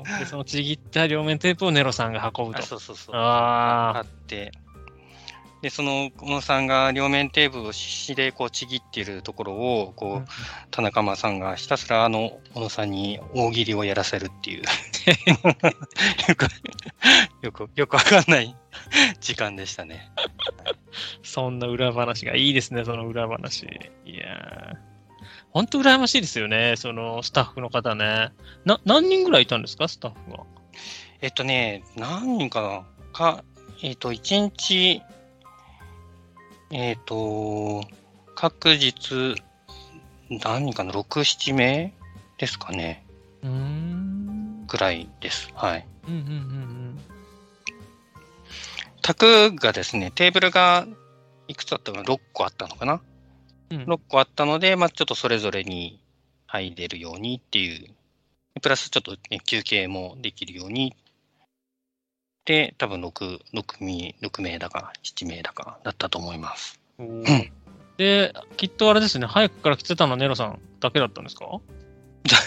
A: ーで、そのちぎった両面テープをネロさんが運ぶ
B: あ
A: と。
B: そうそうそう貼
A: あ
B: ってでその小野さんが両面テープを必死でこうちぎっているところをこう、
A: うん
B: 田中間さんがひたすらあの小野さんに大喜利をやらせるっていう よく よくよくわかんない時間でしたね。
A: ーそんな裏話がいいですね、その裏話。いやー。ほんと羨ましいですよね、そのスタッフの方ね。な、何人ぐらいいたんですか、スタッフは。
B: えっとね何人かなかえっと一日えっと各日何人かな67名ですかね
A: うーん。
B: ぐらいです。はい
A: うんうんうん
B: 卓がですね、テーブルがいくつあったの ?6 個あったのかな
A: うん。うん
B: 6個あったので、まあ、ちょっとそれぞれに入れるようにっていう、プラスちょっと、ね、休憩もできるように。で、多分6、6名、6名だか、7名だかだったと思います。
A: おーで、きっとあれですね、早くから来てたのはネロさんだけだったんですか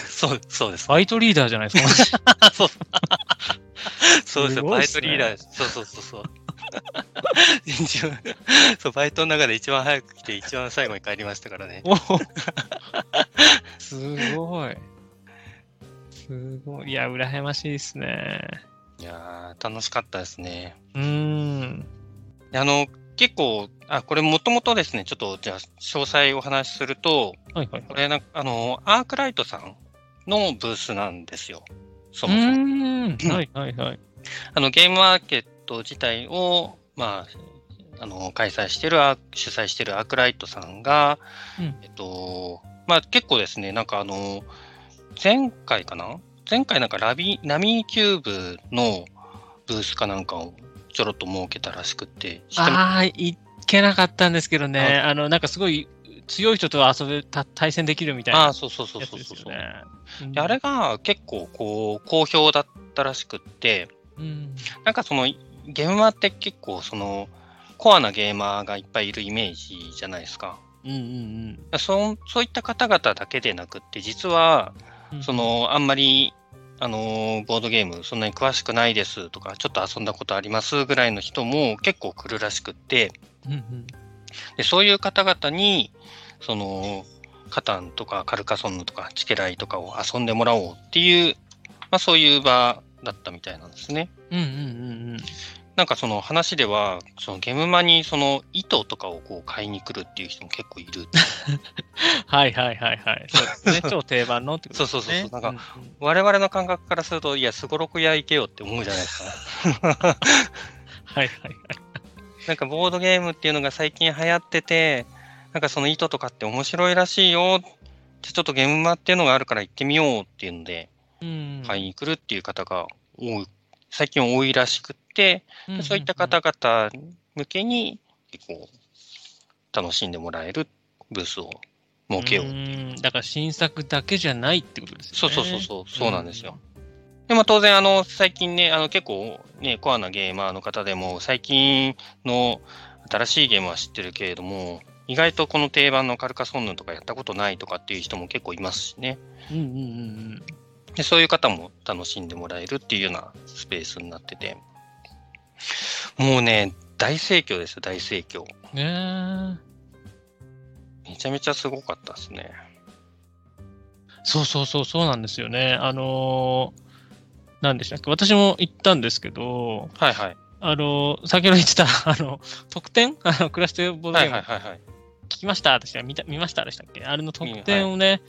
B: そう、そうです。
A: バイトリーダーじゃないですか。
B: そう そうです
A: す
B: よ、
A: ごい
B: バ
A: っ
B: イ
A: す
B: ト
A: ね
B: リーダー。そうそうそうそう。 一応そうバイトの中で一番早く来て、一番最後に帰りましたからね。
A: おーすごい。すごい。いや、羨ましいですね。
B: いやー、楽しかったですね。
A: うーん。
B: であの、結構、あ、これもともとですね、ちょっと、じゃあ、詳細お話しすると、
A: はいはい
B: こ
A: はい。
B: れな、あの、アークライトさんのブースなんですよ。そうもそも。
A: ーん。はいはいはい。
B: あの、ゲームマーケット自体を、まあ、あの、開催してるアー、主催してるアークライトさんが、
A: うん
B: えっと、まあ、結構ですね、なんかあの、前回かな前回なんかラビ、ラミーキューブのブースかなんかをちょろっと設けたらしくって、知ってます
A: ああ、いけなかったんですけどね。あの、なんかすごい強い人と遊べた、対戦できるみたいな
B: あ
A: や
B: あ、そうそうそう
A: つ
B: そう
A: です
B: そう
A: よ
B: そう。
A: ね。うん
B: であれが結構こう好評だったらしくって、
A: うん。
B: なんかそのゲーマーって結構そのコアなゲーマーがいっぱいいるイメージじゃないですか。
A: うんうん
B: そそういった方々だけでなくって、実は
A: うん。
B: そ、のあんまりあのーボードゲームそんなに詳しくないですとか、ちょっと遊んだことありますぐらいの人も結構来るらしくって、
A: うんうん。
B: でそういう方々にそのカタンとかカルカソンヌとかチケライとかを遊んでもらおうっていう、まあ、そういう場だったみたいなんですね。
A: うんうんうんうん。
B: なんかその話ではそのゲームマにその糸とかをこう買いに来るっていう人も結構いる。
A: はいはいはいはい。そうです ね。超定番のってことですね。
B: そうそうそうそうなん
A: か、
B: 我々の感覚からするといやすごろく屋行けよって思うじゃない ですか。
A: はいはい。
B: なんかボードゲームっていうのが最近流行ってて、なんかその糸とかって面白いらしいよ。じゃあちょっとゲームマっていうのがあるから行ってみようっていうので、
A: うん
B: 買いに来るっていう方が多い、最近多いらしくって、
A: うんうんうん
B: そういった方々向けに結構楽しんでもらえるブースを設けようっていう。
A: ーんだから新作だけじゃないってことです
B: そ
A: よ
B: う
A: ね。
B: そうそうそう、そうなんですよ。でまあ、当然、あの、最近ね、あの、結構、ね、コアなゲーマーの方でも、最近の新しいゲームは知ってるけれども、意外とこの定番のカルカソンヌとかやったことないとかっていう人も結構いますしね。
A: うん。うんうんうんうん。
B: でそういう方も楽しんでもらえるっていうようなスペースになってて、もうね、大盛況ですよ、大盛況。
A: ね
B: めちゃめちゃすごかったですね。
A: えそうそうそうそうなんですよね。あのー、何でしたっけ私も行ったんですけど、
B: はいはい。
A: あのー、先ほど言ってた、 あの、特典 あの、クラッシュボード
B: は
A: ゲー
B: い
A: ム
B: はいはいはい。
A: 聞きました私は見た見ましたでしたっけあれの特典をね、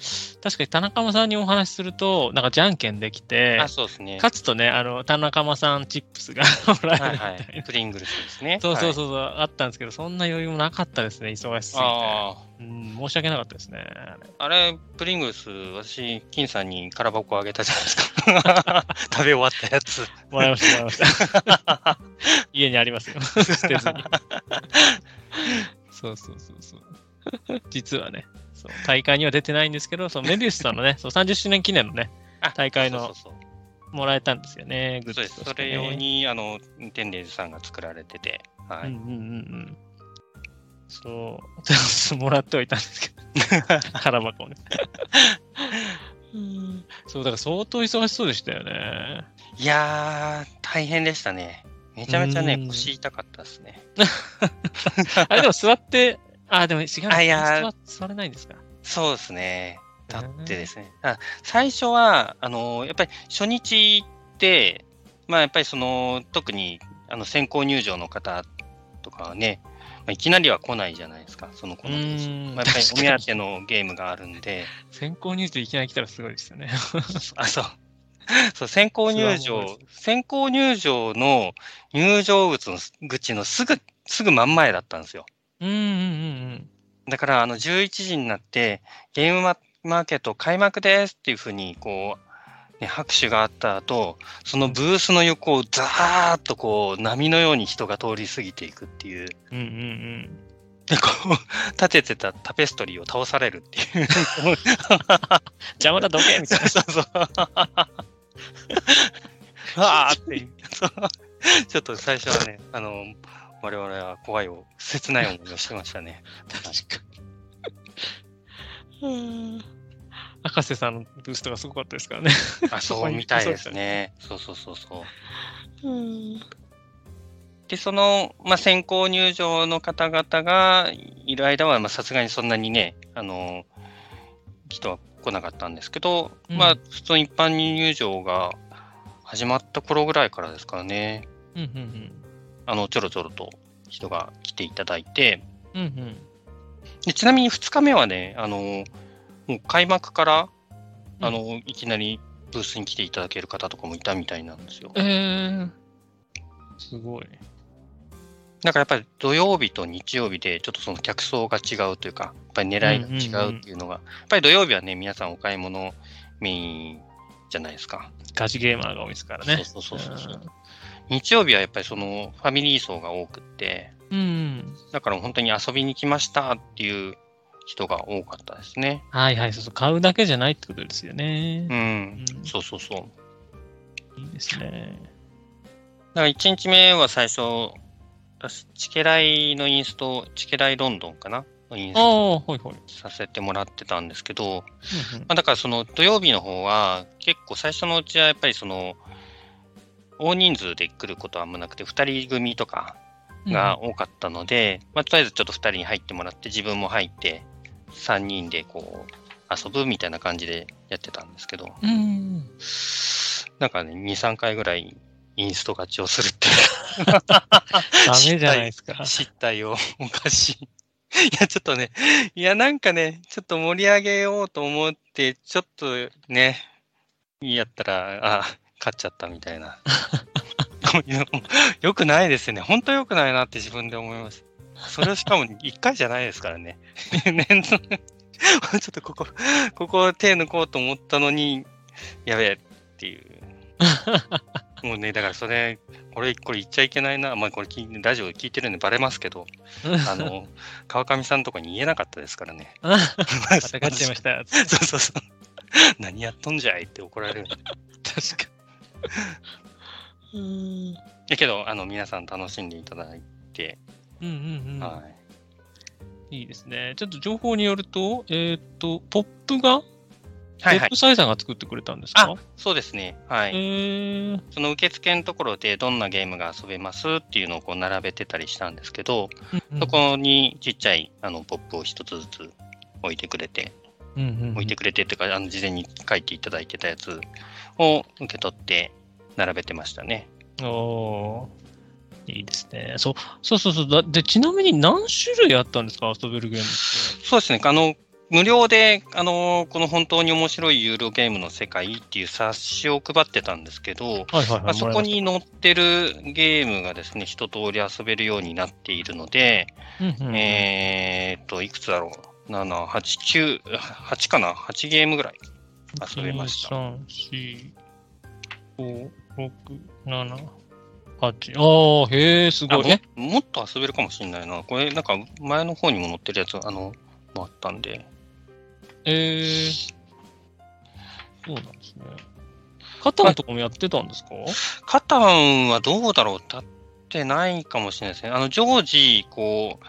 A: 確かに田中間さんにお話しすると、なんかじゃんけんできて
B: あ、、そうですね。
A: 勝つとね、あの、田中間さんチップスが もらえるみた
B: はいい
A: な。。
B: はい。プリングルスですね
A: そうそう
B: う。
A: そうそう、あったんですけど、そんな余裕もなかったですね、忙しすぎて。
B: ああ。
A: うん、申し訳なかったですね。あれ
B: あれ、プリングルス、私、金さんに空箱あげたじゃないですか。 食べ終わったやつ。
A: もらいました、もらいました。 家にありますよ。捨てずに。そうそうそうそう。実はね、そう大会には出てないんですけど、そうメビウスさんのね、そう30周年記念のね、
B: あ
A: 大会の
B: そうそうそう
A: もらえたんですよね、グッズ
B: そう
A: と
B: で
A: して
B: す。
A: ね
B: それ用。に、あの、テンレイズさんが作られてて。は
A: うん
B: い。
A: うんうんうん。そう、 ちょっともらっておいたんですけど、空箱をね。うんそう、だから相当忙しそうでしたよね。
B: いやー、大変でしたね。めちゃめちゃ
A: う
B: ね
A: ん、
B: 腰痛かったですね。
A: あれでも座って、あ、でも違うの
B: あいや
A: 座座れないんですか。。
B: そうですね。だってですすね、あ最初はあのやっぱり初日って、まあ、やっぱりその特にあの先行入場の方とかはね、まあ、いきなりは来ないじゃないですか、その子
A: う
B: の日、
A: ん、
B: まあ、やっぱりお目当てのゲームがあるんで、
A: 先行入手いきなり来たらすごいですよね。
B: あそうそう先行入
A: それはも
B: 場、先行入場の入場口の口のすぐすぐ真ん前だったんですよ。
A: うんうんうん
B: だから、あの、11時になって、ゲームママーケット開幕ですっていうふうに、こう、ね、拍手があった後、そのブースの横をザーッとこう、波のように人が通り過ぎていくっていう。
A: うん。うんうん
B: で、こう、立ててたタペストリーを倒されるっていう。
A: 邪魔だ、どけみたいな。
B: そう そう。わーって いう。そうちょっと最初はね、あの、我々は怖いを、切ない思いをしてましたね。
A: 確かに。赤瀬さんのブーストがすごかったですからね。
B: あ、そうみたいですね。そうそうそうそう。で、その、まあ、先行入場の方々がいる間は、まあ、さすがにそんなにね、あの、人は来なかったんですけど、
A: うん
B: まあ、普通に一般入場が始まった頃ぐらいからですからね、
A: うんうん
B: あの、ちょろちょろと人が来ていただいて、
A: うん。うんうん。
B: でちなみに2日目はね、あの、もう開幕から、あの、いきなりブースに来ていただける方とかもいたみたいなんですよ。
A: えー、すごい。
B: なんかやっぱり土曜日と日曜日でちょっとその客層が違うというか、やっぱり狙いが違うっていうのが、やっぱり土曜日はね、皆さんお買い物メインじゃないですか。
A: ガチゲーマーが多いですからね。
B: そうそうそうそう。日曜日はやっぱりそのファミリー層が多くって、
A: うんうん。
B: だから本当に遊びに来ましたっていう人が多かったですね。
A: はいはい、そうそう。買うだけじゃないってことですよね
B: う。ん。
A: うん
B: そうそうそう。
A: いいですね。
B: だから1日目は最初、私、チケライのインスト、チケライロンドンかなのインス
A: あ
B: ト
A: あ、ほいほい。
B: させてもらってたんですけど、
A: うんうん
B: まあ、だからその土曜日の方は結構最初のうちはやっぱりその大人数で来ることはあんまなくて2人組とかが多かったので、まあ、とりあえずちょっと2人に入ってもらって自分も入って3人でこう遊ぶみたいな感じでやってたんですけど
A: うんうん。
B: なんかね23回ぐらいインスト勝ちをするっていう
A: ダメじゃないですか。
B: 失態を犯し。 いや、ちょっとね、いや、なんかね、ちょっと盛り上げようと思って、ちょっとね、やったら、あ、勝っちゃったみたいな。 こういうのもよくないですよね。本当よくないなって自分で思います。それをしかも1回じゃないですからね。 ねちょっとここ、ここ手抜こうと思ったのに、やべえっていう。もうね、だからそれ、俺、これ言っちゃいけないな、まあ、これ聞い、ラジオで聞いてるんでバレます けど、あの、川上さんとかに言えなかったですか らね。
A: また買っちゃいました。
B: そうそうそう。 何やっとんじゃいって怒られるんで。
A: 確かに。うん。
B: やけど、あの、皆さん楽しんでいただいて、
A: うんうんうん。
B: はい。
A: いいですね。ちょっと情報によると、えーっ、と、ポップが、
B: はいはい
A: ポップサイさんが作ってくれたんですか
B: そうですね。はい。
A: えー
B: その受付のところでどんなゲームが遊べますっていうのをこう並べてたりしたんですけど、そこにちっちゃいあのポップを一つずつ置いてくれて、置いてくれてっていうか、あの事前に書いていただいてたやつを受け取って並べてましたね。
A: おーいいですね。そうそうそうそうだ。で、ちなみに何種類あったんですか遊べるゲームっ
B: そうですね。あの無料で、あのこの本当に面白いユーロゲームの世界っていう冊子を配ってたんですけど、
A: て。はいはい
B: あそこ、に載ってるゲームがですね、一通り遊べるようになっているので、
A: え
B: えーっと、いくつだろう ?7、8、9、8かな ?8 ゲームぐらい遊べました。
A: 3、4、5、6、7、8。ああ、へえ、す
B: あ
A: ごい。
B: も
A: ね
B: もっと遊べるかもしれないな。これ、なんか前の方にも載ってるやつ、あの、もあったんで。
A: えー、そうなんですね。カタンとかもやってたんですか、
B: カタンはどうだろう立ってないかもしれないですね。あの、常時、こう、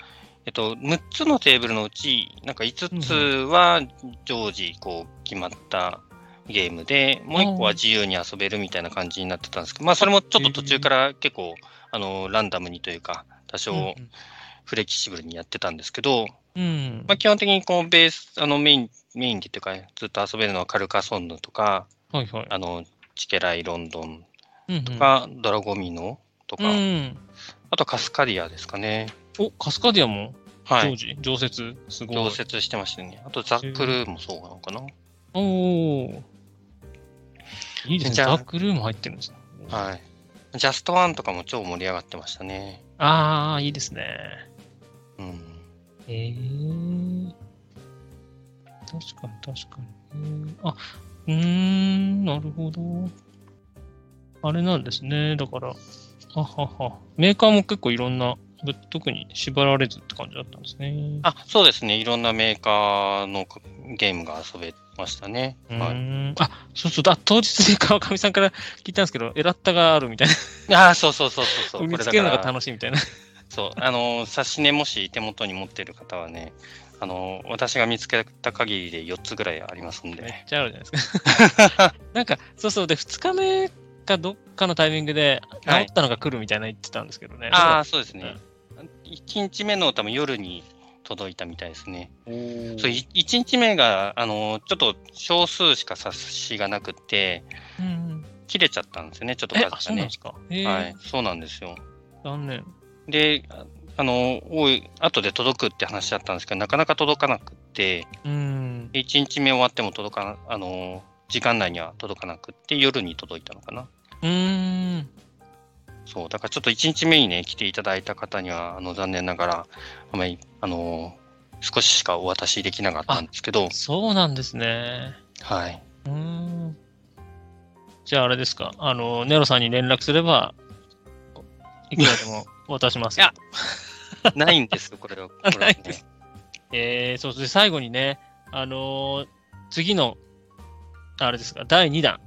B: えっと、6つのテーブルのうち、なんか5つは常時、こう、決まったゲームで、もう1個は自由に遊べるみたいな感じになってたんですけど、まあ、それもちょっと途中から結構、あの、ランダムにというか、多少フレキシブルにやってたんですけど、
A: うん。うん
B: まあ、基本的にこう、ベース、あの、メイン、メインでというか、ずっと遊べるのはカルカソンヌとか、
A: はいはい。
B: あの、チケライロンドン
A: うん
B: とか、ドラゴミノと
A: うん、
B: か、
A: うん。
B: あとカスカディアですかね。
A: お、カスカディアも
B: は
A: 常
B: い。
A: 時、常設。すごい。
B: 常設してましたね。あとザックルーもそうなのかな。
A: おお。いいですね。
B: じゃ
A: ダ
B: あ
A: ークルーム入ってるんですね。
B: はい。ジャストワンとかも超盛り上がってましたね。
A: ああ、いいですね。
B: うん。
A: へえー。確かに、確かに。へーあ、うーん、なるほど。あれなんですね。だから、ははは。メーカーも結構いろんな、ぶ特に縛られずって感じだったんですね。
B: あ、そうですね。いろんなメーカーのゲームが遊べましたね。
A: うー
B: はい、
A: んあ、そうそうだ、当日で川上さんから聞いたんですけど、エラッタがあるみたい
B: あー、そうそうそうそう そう。
A: な、見つ
B: だ
A: けるの
B: か
A: が
B: ら、
A: 楽しいみたいな。
B: そう。あの、冊子ね、もし手元に持ってる方はね、あの、私が見つけた限りで4つぐらいありますん
A: めっ
B: で。
A: ちゃあるじゃないです か。なんか、そうそう、で、2日目かどっかのタイミングで、治
B: はい
A: ったのが来るみたいな言ってたんですけどね。
B: ああ、そうですね。1日目の多分夜に届いたみたいですね。
A: おー
B: そうい1日目が、あのちょっと少数しか冊子がなくて、
A: うんうん
B: 切れちゃったんですよね、ちょっと
A: え、あ、
B: 数
A: そうなん
B: が
A: で
B: ね。
A: すか。え
B: はい、そうなんですよ。
A: 残念。
B: で、ああの多い後で届くって話だったんですけど、なかなか届かなくて、
A: うん。
B: 1日目終わっても届かな、あの時間内には届かなくって、夜に届いたのかな。
A: うーん。
B: そう、だからちょっと1日目にね、来ていただいた方には、あの残念ながら、あまり、あの少ししかお渡しできなかったんですけど、
A: そうなんですね。
B: はい。
A: うーん。じゃあ、あれですか。あの、ネロさんに連絡すれば、いくらでも渡し ますよ。
B: いやないんですよ、これ は。これは
A: ないんですえー、そうですね、最後にね、あのー次の、あれですか、第2弾、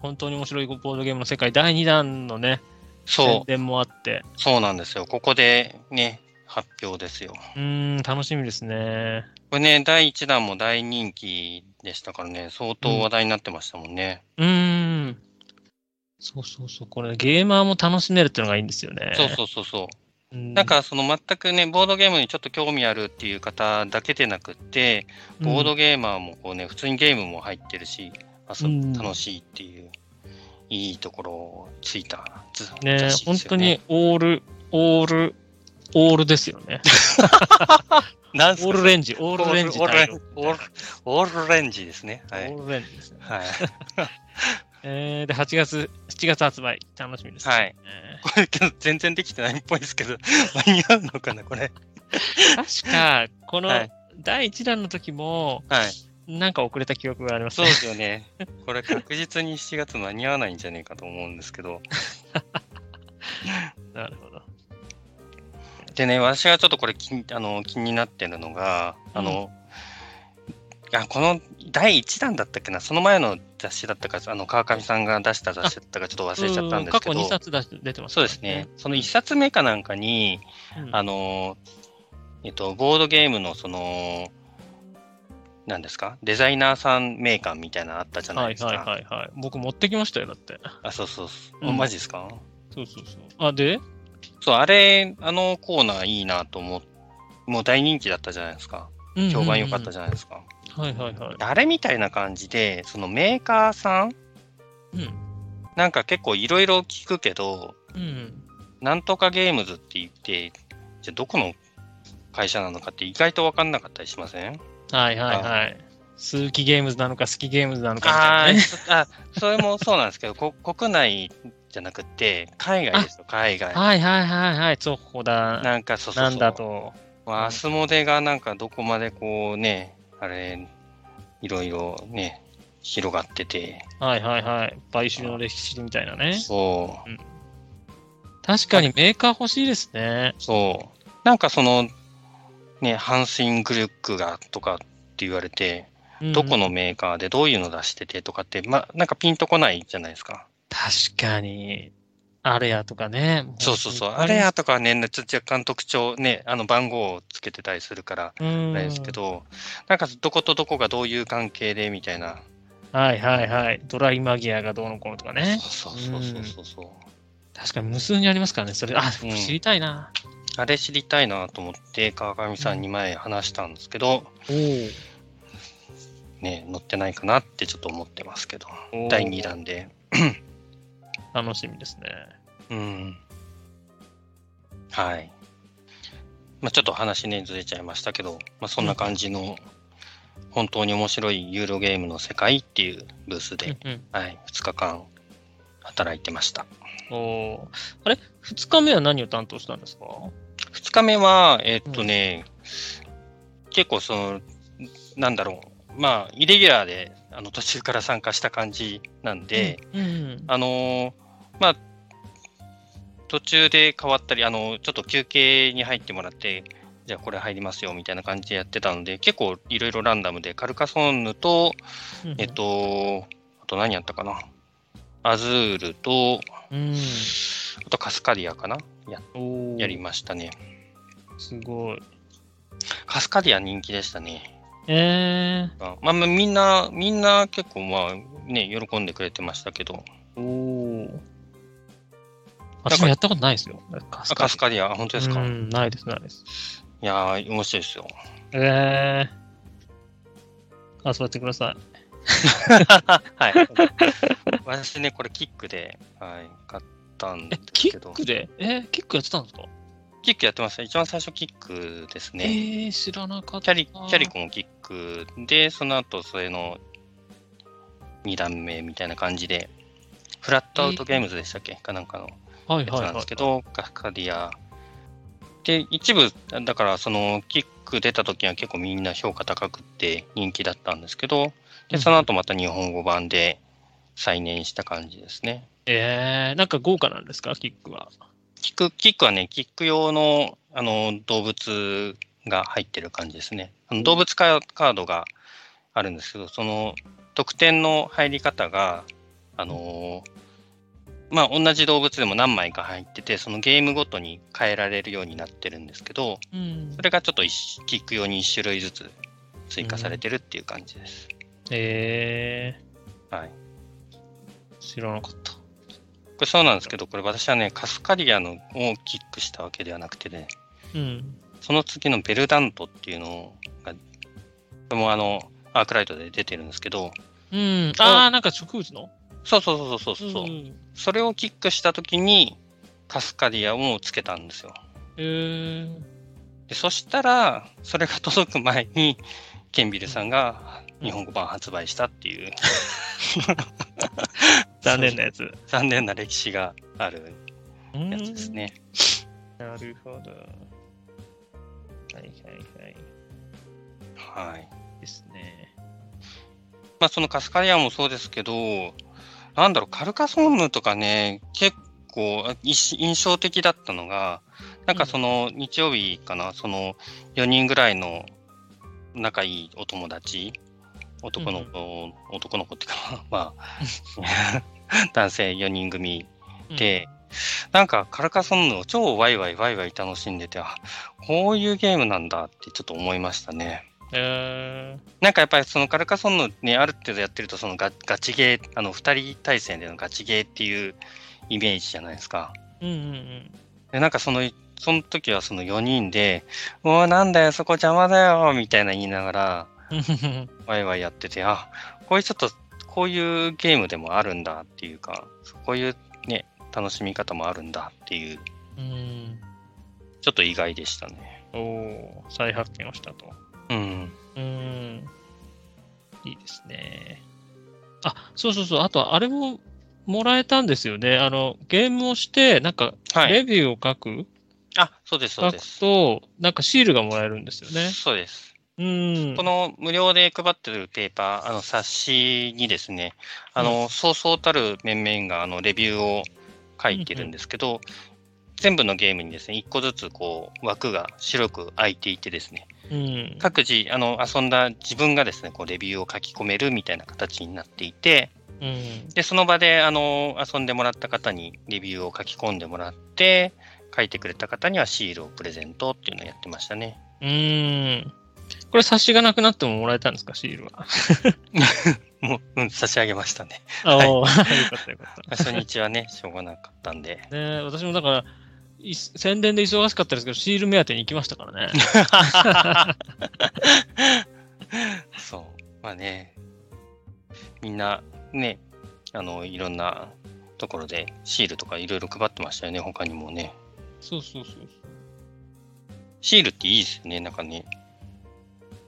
A: 本当に面白いボードゲームの世界第2弾のね、宣
B: そう、
A: 伝もあって、
B: そうなんですよ。ここでね、発表ですよ。
A: うーん、楽しみですね。
B: これね、第1弾も大人気でしたからね、相当話題になってましたもんね。
A: うーん。そうそうそう、これ、ゲーマーも楽しめるっていうのがいいんですよね。
B: そうそうそうそう。
A: うん。
B: なんかその全くね、ボードゲームにちょっと興味あるっていう方だけでなくって、
A: うん、
B: ボードゲーマーもこうね、普通にゲームも入ってるし、遊
A: うん
B: 楽しいっていう、いいところをついた雑誌
A: ね
B: ですよ
A: 本当にオール、オール、オールですよ ね。
B: なんすか
A: オールレンジ、オ
B: オ
A: ールレンジ
B: ール
A: 対応。
B: オールオールレンジですね。はい。
A: オールレンジですね。
B: はい。
A: えー、で、8月、7月発売、楽しみです。
B: はい。
A: えー
B: これけど全然できてないっぽいですけど、 間に合うのかな、これ。
A: 確か、この
B: はい
A: 第1弾の時も、
B: はい。
A: なんか遅れた記憶があります
B: そう
A: ね。
B: ですよね。 これ確実に7月間に合わないんじゃねえかと思うんですけど。
A: なるほど。
B: でね、私がちょっとこれ気にあの気になってるのが、あの、いやこの第1弾だったっけな、その前の雑誌だったか、あの川上さんが出した雑誌だったか、ちょっと忘れちゃったんですけど、
A: う過去2冊出して出てます
B: そう
A: から、
B: ですね、その1冊目かなんかに、
A: うん。
B: あの、えっと、ボードゲームのその、なんですか、デザイナーさん名鑑みたいなのあったじゃない
A: は
B: で
A: い
B: すか。
A: はいはいはい。僕持ってきましたよ、だって。
B: あ、そうそうそう。
A: うん
B: マジですか
A: そうそうそう。あ、で
B: そう、あれ、あのコーナーいいなと思って、もう大人気だったじゃないですか。評判良かった
A: じ
B: じゃないですか。
A: ゃん。はいはいはい。
B: あれみたいな感じで、そのメーカーさん、
A: うん。
B: なんか結構いろいろ聞くけど、
A: うん。
B: なんとかゲームズって言って、じゃあどこの会社なのかって意外と分かんなかったりしません
A: はいはいはい。数奇ゲームズなのか、好きゲームズなのかみ
B: あ
A: たいなね。
B: ーあ、それもそうなんですけど、こ国内じゃなくて、海外ですよ、海外。
A: はいはいはいはい。そうここだ。
B: なんかそうそう
A: な
B: そう
A: んだと。
B: アスモデがなんかどこまでこうね、あれ、いろいろね、広がってて、
A: はいはいはい。買収の歴史みたいなね。
B: そう、
A: 確かにメーカー欲しいですね。
B: そう、なんかその、ね、ハンスイングルックがとかって言われて、
A: うん
B: どこのメーカーでどういうの出しててとかって、ま、なんかピンとこないじゃないですか。
A: 確かに。あれやとかね。
B: そうそうそう、あれやとかはね、ちょっと若干特徴、ね、あの番号をつけてたりするから、
A: うん
B: あれですけど、なんかどことどこがどういう関係でみたいな、
A: はいはいはい。ドライマギアがどうのこうのとかね。
B: そうそうそうそうそう。
A: 確かに無数にありますからね。それ、あ、
B: うん
A: 知りたいな。
B: あれ知りたいなと思って川上さんに前話したんですけど、
A: お
B: ね、乗ってないかなってちょっと思ってますけど、
A: お
B: 第2弾で。
A: 楽しみですね。
B: うん。はい。まあ、ちょっと話ね、ずれちゃいましたけど、まあ、そんな感じの、本当に面白いユーロゲームの世界っていうブースで、
A: うん
B: はい、2日間働いてました。
A: うん、おーあれ ?2 日目は何を担当したんですか
B: 2日目は、えっとね、結構その、なんだろう、まあ、イレギュラーで、あの、途中から参加した感じなんで、、
A: うんうん
B: あのーまあ、途中で変わったり、あのちょっと休憩に入ってもらって、じゃあこれ入りますよみたいな感じでやってたので、結構いろいろランダムで、カルカソンヌと、
A: うん
B: えっ、と、あと何やったかな、アズールと、
A: うん、
B: あとカスカディアかな、や
A: おー
B: やりましたね。
A: すごい。
B: カスカディア人気でしたね。
A: え
B: あまあ、まあみんな、みんな結構まあね、喜んでくれてましたけど、
A: ー、おー私もやったことないですよ。カ
B: あカスカディア、あ本当ですか、
A: う
B: い
A: ん、ないです、ないです。
B: やー、面白いですよ。
A: えー、遊ばせてください。
B: はい。私ね、これキックで、はい、買ったんで
A: え
B: す、
A: キ
B: けど
A: ッ、クでえーキックやってたんですか
B: キックやってました。一番最初キックです
A: え
B: ね。
A: ー、知らなかっ
B: キャ
A: た。
B: リ、キャリコもキックで、その後、それの2段目みたいな感じで、フラットアウトゲームズでしたっけ、かなんかの。
A: はい
B: やつ
A: はい
B: な
A: は
B: んで
A: い
B: す。けど、カスカディア。で、一部、だから、その、キック出た時は結構みんな評価高くって人気だったんですけど、
A: う
B: で、
A: ん
B: その後また日本語版で再燃した感じですね。
A: えー、なんか豪華なんですか、キックは。
B: キック、キックはね、キック用の、あの、動物が入ってる感じですね。あの動物カカードがあるんですけど、その、得点の入り方が、あのーまあ、同じ動物でも何枚か入ってて、そのゲームごとに変えられるようになってるんですけど、
A: うん
B: それがちょっと一キック用に1種類ずつ追加されてるっていう感じです。
A: え
B: はい。
A: ー、知らなかった。
B: これそうなんですけど、これ私はね、カスカリアのをキックしたわけではなくてね、
A: うん。
B: その次のベルダントっていうのが、これもあの、アークライトで出てるんですけど、
A: うん、あー、なんか植物の
B: そうそうそうそうそう、うそれをキックした時に、カスカリアをつけたんですよ。
A: えー、
B: でそしたら、それが届く前に、ケンビルさんが日本語版発売したっていう、
A: 残 念なやつ。う
B: 残念な歴史がある
A: ん
B: やつです。ね。
A: なるほど。はいはいはい。
B: はい。
A: ですね。
B: まあ、そのカスカリアもそうですけど、なんだろう、カルカソンヌとかね、結構あいし印象的だったのが、なんかその日曜日かな、その4人ぐらいの仲いいお友達、男の子、男の子っていうか、 まあ、 男性4人組で、なんかカルカソンヌを超ワイワイワイワイ楽しんでて、あこういうゲームなんだってちょっと思いましたね。
A: え
B: なんかやっぱりそのカルカソンヌね、ある程度やってると、そのガガチゲー、あの、二人対戦でのガチゲーっていうイメージじゃないですか。
A: ー、うんうんうん。
B: で、なんかその、その時はその4人で、おーなんだよ、そこ邪魔だよ、みたいな言いながら、ワイワイやってて、あ、こういうちょっと、こういうゲームでもあるんだっていうか、こういうね、楽しみ方もあるんだっていう、
A: うん、
B: ちょっと意外でしたね。
A: おお、再発見をしたと。
B: うん。
A: うん。いいですね。あ、そうそうそう。あと、あれももらえたんですよね。あの、ゲームをして、なんか、
B: はい。
A: レビューを書く、
B: あ、そうです、そ
A: 書
B: うで
A: く
B: す。
A: と、なんかシールがもらえるんですよね。
B: そうです。
A: うん。
B: この無料で配ってるペーパー、あの冊子にですね、あの、そうそうたる面々があのレビューを書いてるんですけど、全部のゲームにですね、一個ずつこう枠が白く空いていてですね、
A: うん。
B: 各自、あの、遊んだ自分がですね、こうレビューを書き込めるみたいな形になっていて、
A: うん。
B: で、その場で、あの、遊んでもらった方にレビューを書き込んでもらって、書いてくれた方にはシールをプレゼントっていうのをやってましたね。
A: うん。これ、冊子がなくなってももらえたんですか、シー ルは。
B: もう、うん、差し上げましたね。
A: あ、
B: はい
A: おーよかったよかった。
B: 初日はね、 しょうがなかったんで。
A: ねえ私もだから、い宣伝で忙しかったですけど、シール目当てに行きましたから ね。
B: そう。まあね、みんな、ね、あの、いろんなところでシールとかいろいろ配ってましたよね、他にもね。
A: そうそうそう。
B: シールっていいですよね、なんかね。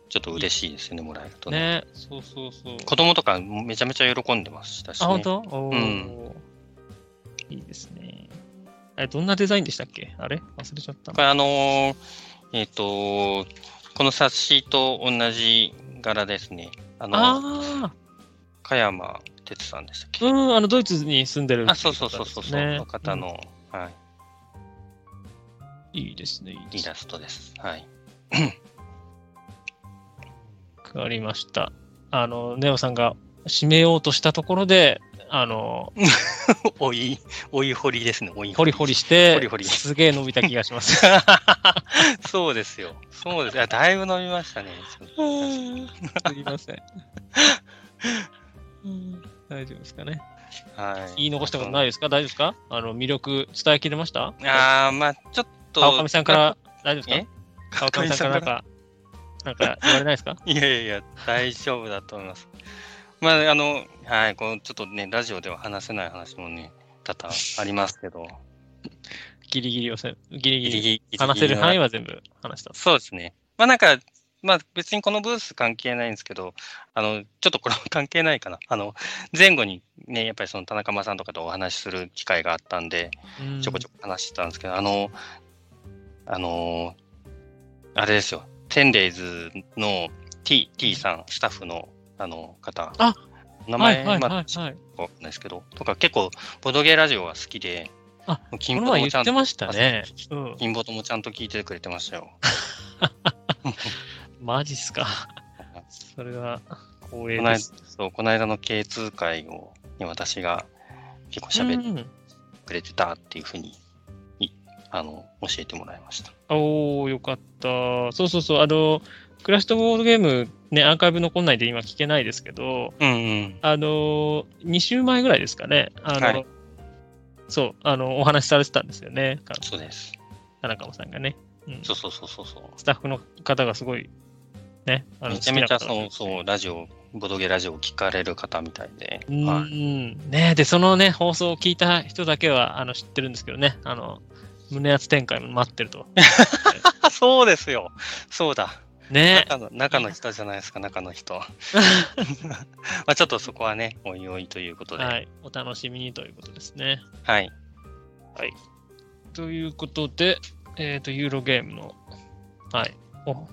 B: ちょっと嬉しいですよね、もらえるとね。
A: ねそうそうそう。
B: 子供とかめちゃめちゃ喜んでましたし、ね。
A: あ、本当？おおー、いいですね。え、どんなデザインでしたっけあれ忘れちゃった
B: こ。れあのーえっ、と、この冊子と同じ柄ですね。あの、
A: あ
B: 加山哲さんでしたっ
A: あ、
B: け、
A: うん、あの、ドイツに住んでる、
B: あ、そうそうそうそうそう、その方。の、は
A: う
B: い、
A: んいいですね、いいで
B: イ
A: すね。
B: ラストです。はい。
A: わかりました。あの、ネオさんが締めようとしたところで、あの、
B: おい、おい掘りですね、おい
A: ホリホリして、
B: ホリホリ
A: すげえ伸びた気がします。
B: そうですよ。そうです。いや、だいぶ伸びま したね。
A: すみません。 うん大丈夫ですかね。
B: はい。
A: 言い残したことないですか大丈夫ですかあの、魅力伝えきれました
B: あー、まあちょっと。
A: 川上さんか。ら、大丈夫です
B: え
A: か川上さんからなんか、なんか言われないですか
B: いやいやいや、大丈夫だと思います。まあ、あの、はい、このちょっとね、ラジオでは話せない話もね、多々ありますけど、
A: ギリギリをせ、ギリギ
B: ギリ
A: リ。
B: ギリ。
A: 話せる範囲
B: は。
A: は全部話した。
B: そうですね。まあなんか、まあ別にこのブース関係ないんですけど、あの、ちょっとこれは関係ないかな。あの、前後にね、やっぱりその田中間さんとかとお話しする機会があったんで、ちょこちょこ話してたんですけど、あの、あのーあれですよ、テンデイズの T, T さん、スタッフのあの方、
A: あ
B: 名
A: はい
B: 前、
A: はい
B: ま
A: は
B: あ
A: いはい。
B: わかんないですけど、とか結構、ボドゲラジオが好きで、
A: あ
B: もう
A: こ
B: 金
A: の
B: ボト
A: 前
B: もち
A: 言
B: ゃ
A: っ
B: ん
A: て
B: と、
A: ましたね。うん。
B: 金ボトもちゃんと聞いてくれてましたよ。
A: マジっすか。それは光栄
B: この
A: で
B: 間
A: す。
B: そう、この間の K2 会を、に私が結構喋って
A: うん
B: くれてたっていうふうに、いあの、教えてもらいました。
A: おー、よかった。そうそうそう。あの、クラシットボードゲーム、ね、アーカイブ残んないで今聞けないですけど、
B: うんうん。
A: あのー、2週前ぐらいですかね、あの
B: はい
A: そうあの、お話しされてたんですよね、か
B: そうです。
A: 田中さんがね、うん
B: そうそうそうそうそう。
A: スタッフの方がすごい、ね、あの
B: めちゃめちゃ
A: 好きな
B: そ
A: 方
B: う、そう、ラジオ、ボドゲラジオを聞かれる方みたいで、
A: うん
B: はい
A: ね、で、そのね、放送を聞いた人だけはあの知ってるんですけどね、あの胸圧展開も待ってる と。
B: あ そうですよ。そうだ。
A: ね、
B: 中の中の人じゃないですか、中 の人。 まあちょっとそこはね、おいおいということで。は。
A: はいい、お楽しみにということですね。ということで、えっ、と、ユーロゲームの、はい、おブ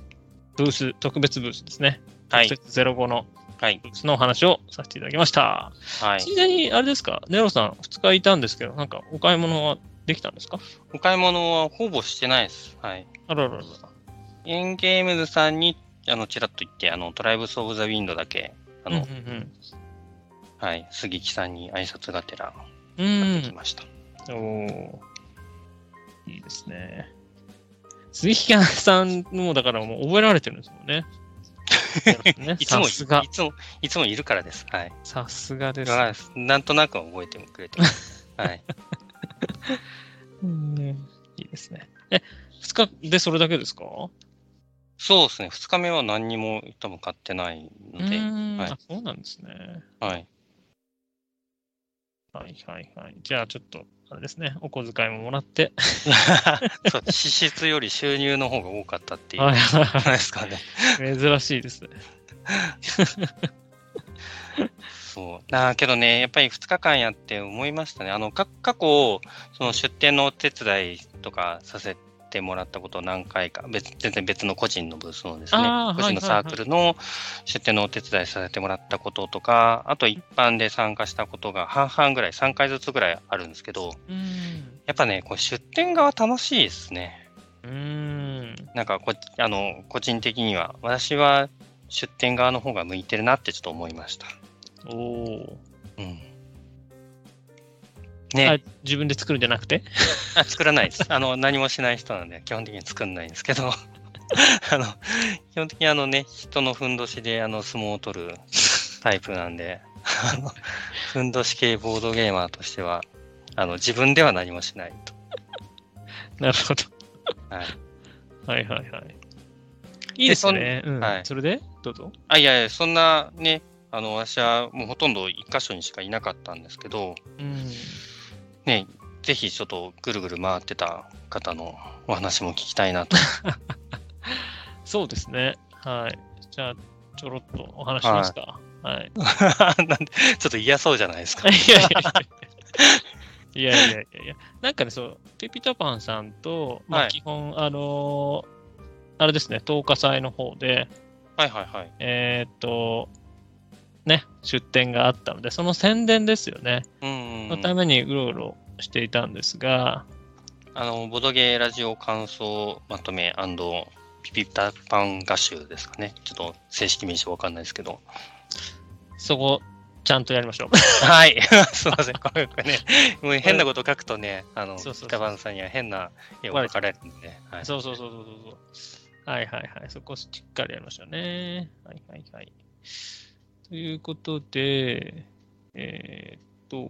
A: ース、特別ブースですね。
B: はい
A: 特設05の
B: はい。
A: そのお話をさせていただきました。
B: はい。
A: ついでに、あれですか、ネロさん、2日いたんですけど、なんかお買い物はできたんですか
B: お買い物はほぼしてないです。はい。
A: あらららら。
B: エンゲームズさんに、あの、ちらっと言って、あの、トライブス・オブ・ザ・ウィンドだけ、
A: あ
B: あの、
A: うん
B: はい、杉木さんに挨拶がてら、
A: うんう
B: 買
A: ん。
B: ってきました。
A: うん。おーいいですね。鈴木健さんも、だからもう覚えられてるんですもん ね。ね
B: いつも
A: さ
B: い、
A: すが
B: い、つも、いつもいるからです。はい。
A: さすがです。
B: まあなんとなくは覚えてくれて ます。はい。
A: うんいいですね。え、2日でそれだけですか
B: そうですね。二日目は何にも多分買ってないの
A: う
B: で、
A: ーん
B: はい
A: あそうなんですね。
B: はい。
A: はいはいはい。じゃあちょっと、あれですね、お小遣いももらって。
B: そう、支出より収入の方が多かったっていう。
A: はいはいはい
B: ないですかね。
A: 珍しいですね。
B: そう。なあけどね、やっぱり2日間やって思いましたね。あの、か過去、その出店のお手伝いとかさせてもらったこと何回か、別全然別の個人のブースのですね
A: あ、ー
B: 個人の
A: はいはい
B: サ
A: はい
B: ークルの出店のお手伝いさせてもらったこととか、あと一般で参加したことが半々ぐらい、3回ずつぐらいあるんですけど、
A: うん。
B: やっぱね、こう出店側楽しいですね。
A: うーん。
B: なんかこ、あの、個人的には、私は出店側の方が向いてるなってちょっと思いました。
A: おお。
B: うん。ね、
A: あ自分で作るんじゃなくて
B: あ作らないです。あの、何もしない人なんで、基本的に作んないんですけど、あ の、基本的にあのね、人のふんどしであの相撲を取るタイプなんで、あの、ふんどし系ボードゲーマーとしては、あの、自分では何もしないと。
A: なるほど。
B: はい。
A: はいはいはい。いいですね。うん
B: はい
A: それでどうぞ。
B: あ、いやいや、そんなね、あの、私はもうほとんど一箇所にしかいなかったんですけど、
A: うん。
B: ね、ぜひちょっとぐるぐる回ってた方のお話も聞きたいなと。
A: そうですね。はい。じゃあ、ちょろっとお話しますか。はい
B: なんでちょっと嫌そうじゃないですか。
A: い やいやいやいやいやいやいやいやなんかね、そう、ピピタパンさんと、ま
B: は
A: あ、
B: い
A: 基本、あのーあれですね、10日祭の方で、
B: はいはいはい。
A: えーっと、ね、出店があったので、その宣伝ですよね、
B: うん、う
A: の
B: ん。
A: ためにうろうろしていたんですが、
B: あの、ボドゲーラジオ感想まとめピピタパン合集ですかね。ちょっと正式名称わかんないです けど。
A: そこ、ちゃんとやりましょう。
B: はい。 すいません。これこれね、もう変なこと書くとね、あの、
A: そうそうそう
B: ピタパンさんには変な絵を描かれるんで、はい。
A: そうそうそうそうそうそう。はいはいはい。そこしっかりやりましたね。はいはいはい。ということで、えーっと、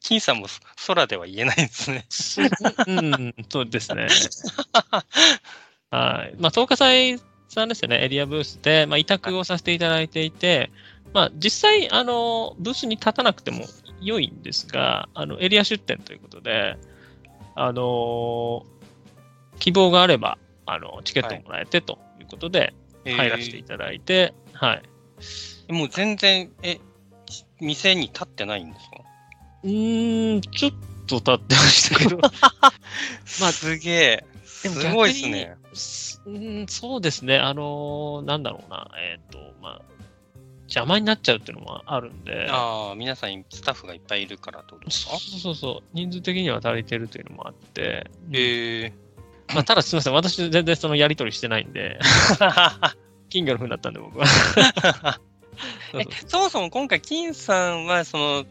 B: 金さんもそ空では言えないんで すね。
A: うん、そうですね。はい。まあ、東華祭さんですよね、エリアブースで、まあ、委託をさせていただいていて、まあ、実際、あの、ブースに立たなくても良いんですが、あの、エリア出店ということで、あの希望があれば、あの、チケットもらえてということで、入らせていただいて、はい。
B: えーもう全然、え、店に立ってないんですか
A: うーん、ちょっと立ってました けど、まあ
B: すげえ。
A: でも逆に
B: すごいですね。
A: すうんそうですね、あのーなんだろうな、えっ、と、まあ、邪魔になっちゃうっていうのもあるんで、
B: ああ、 皆さんスタッフがいっぱいいるからってことですか
A: そうそうそう、人数的には足りてるというのもあって、
B: へえ。
A: まあ、ただすみません、私、全然そのやり取りしてないん で、金魚のふになったんで、僕は。 そうそう
B: そもそも今回、金さんは、その、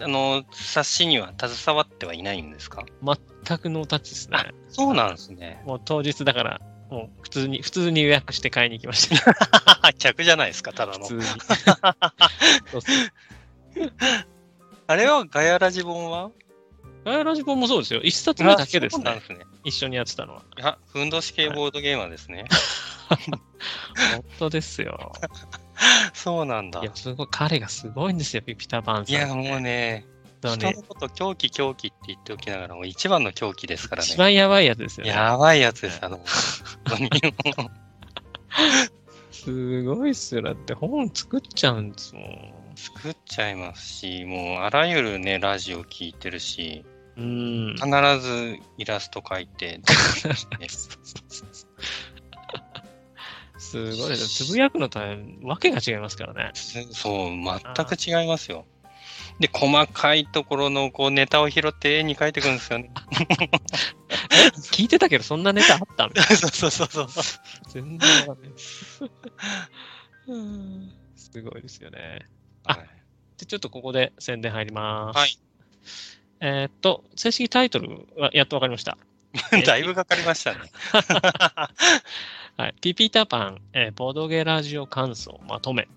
B: あの、冊子には携わってはいないんですか
A: 全くノータッチですね。
B: そうなんですね。
A: もう当日だから、もう普通に、普通に予約して買いに行きました。
B: 客じゃないですか、ただ
A: 普
B: の
A: 通。に。 そうそう
B: あれはガヤラジ本は
A: ガヤラジコンもそうですよ。一冊目だけです
B: そうなん
A: ね
B: で。すね。
A: 一緒にやってたの は。
B: あ、ふんどし系ボードゲーマーですね。
A: 本当ですよ。
B: そうなんだ
A: いや、。すごい、彼がすごいんですよ、ピピタパンさん。
B: いや、もうね、
A: 本当
B: 人
A: に
B: のこと狂気狂気って言っておきながら、もう一番の狂気ですからね
A: 一。番やばいやつですよね。
B: やばいやつです、あの、本当 に。
A: すごいっすよ。だって本作っちゃうんですもん。
B: 作っちゃいますし、もうあらゆるね、ラジオ聞いてるし、
A: うん。
B: 必ず イラスト描いて、
A: すごいですね。つぶやくのとはわけが違いますからね。
B: そう、全く違いますよ。で、細かいところのこうネタを拾って絵に描いてくるんですよね。
A: 聞いてたけど、そんなネタあったみたい
B: そうそうそうそう。
A: な。全然わかんない。 うん すごいですよね。あ
B: はい
A: で、ちょっとここで宣伝入ります。
B: はい。
A: えーっと、正式タイトルはやっとわかりました。
B: だいぶかかりましたね。
A: はい、ピピタパン、えーボドゲラジオ感想まとめ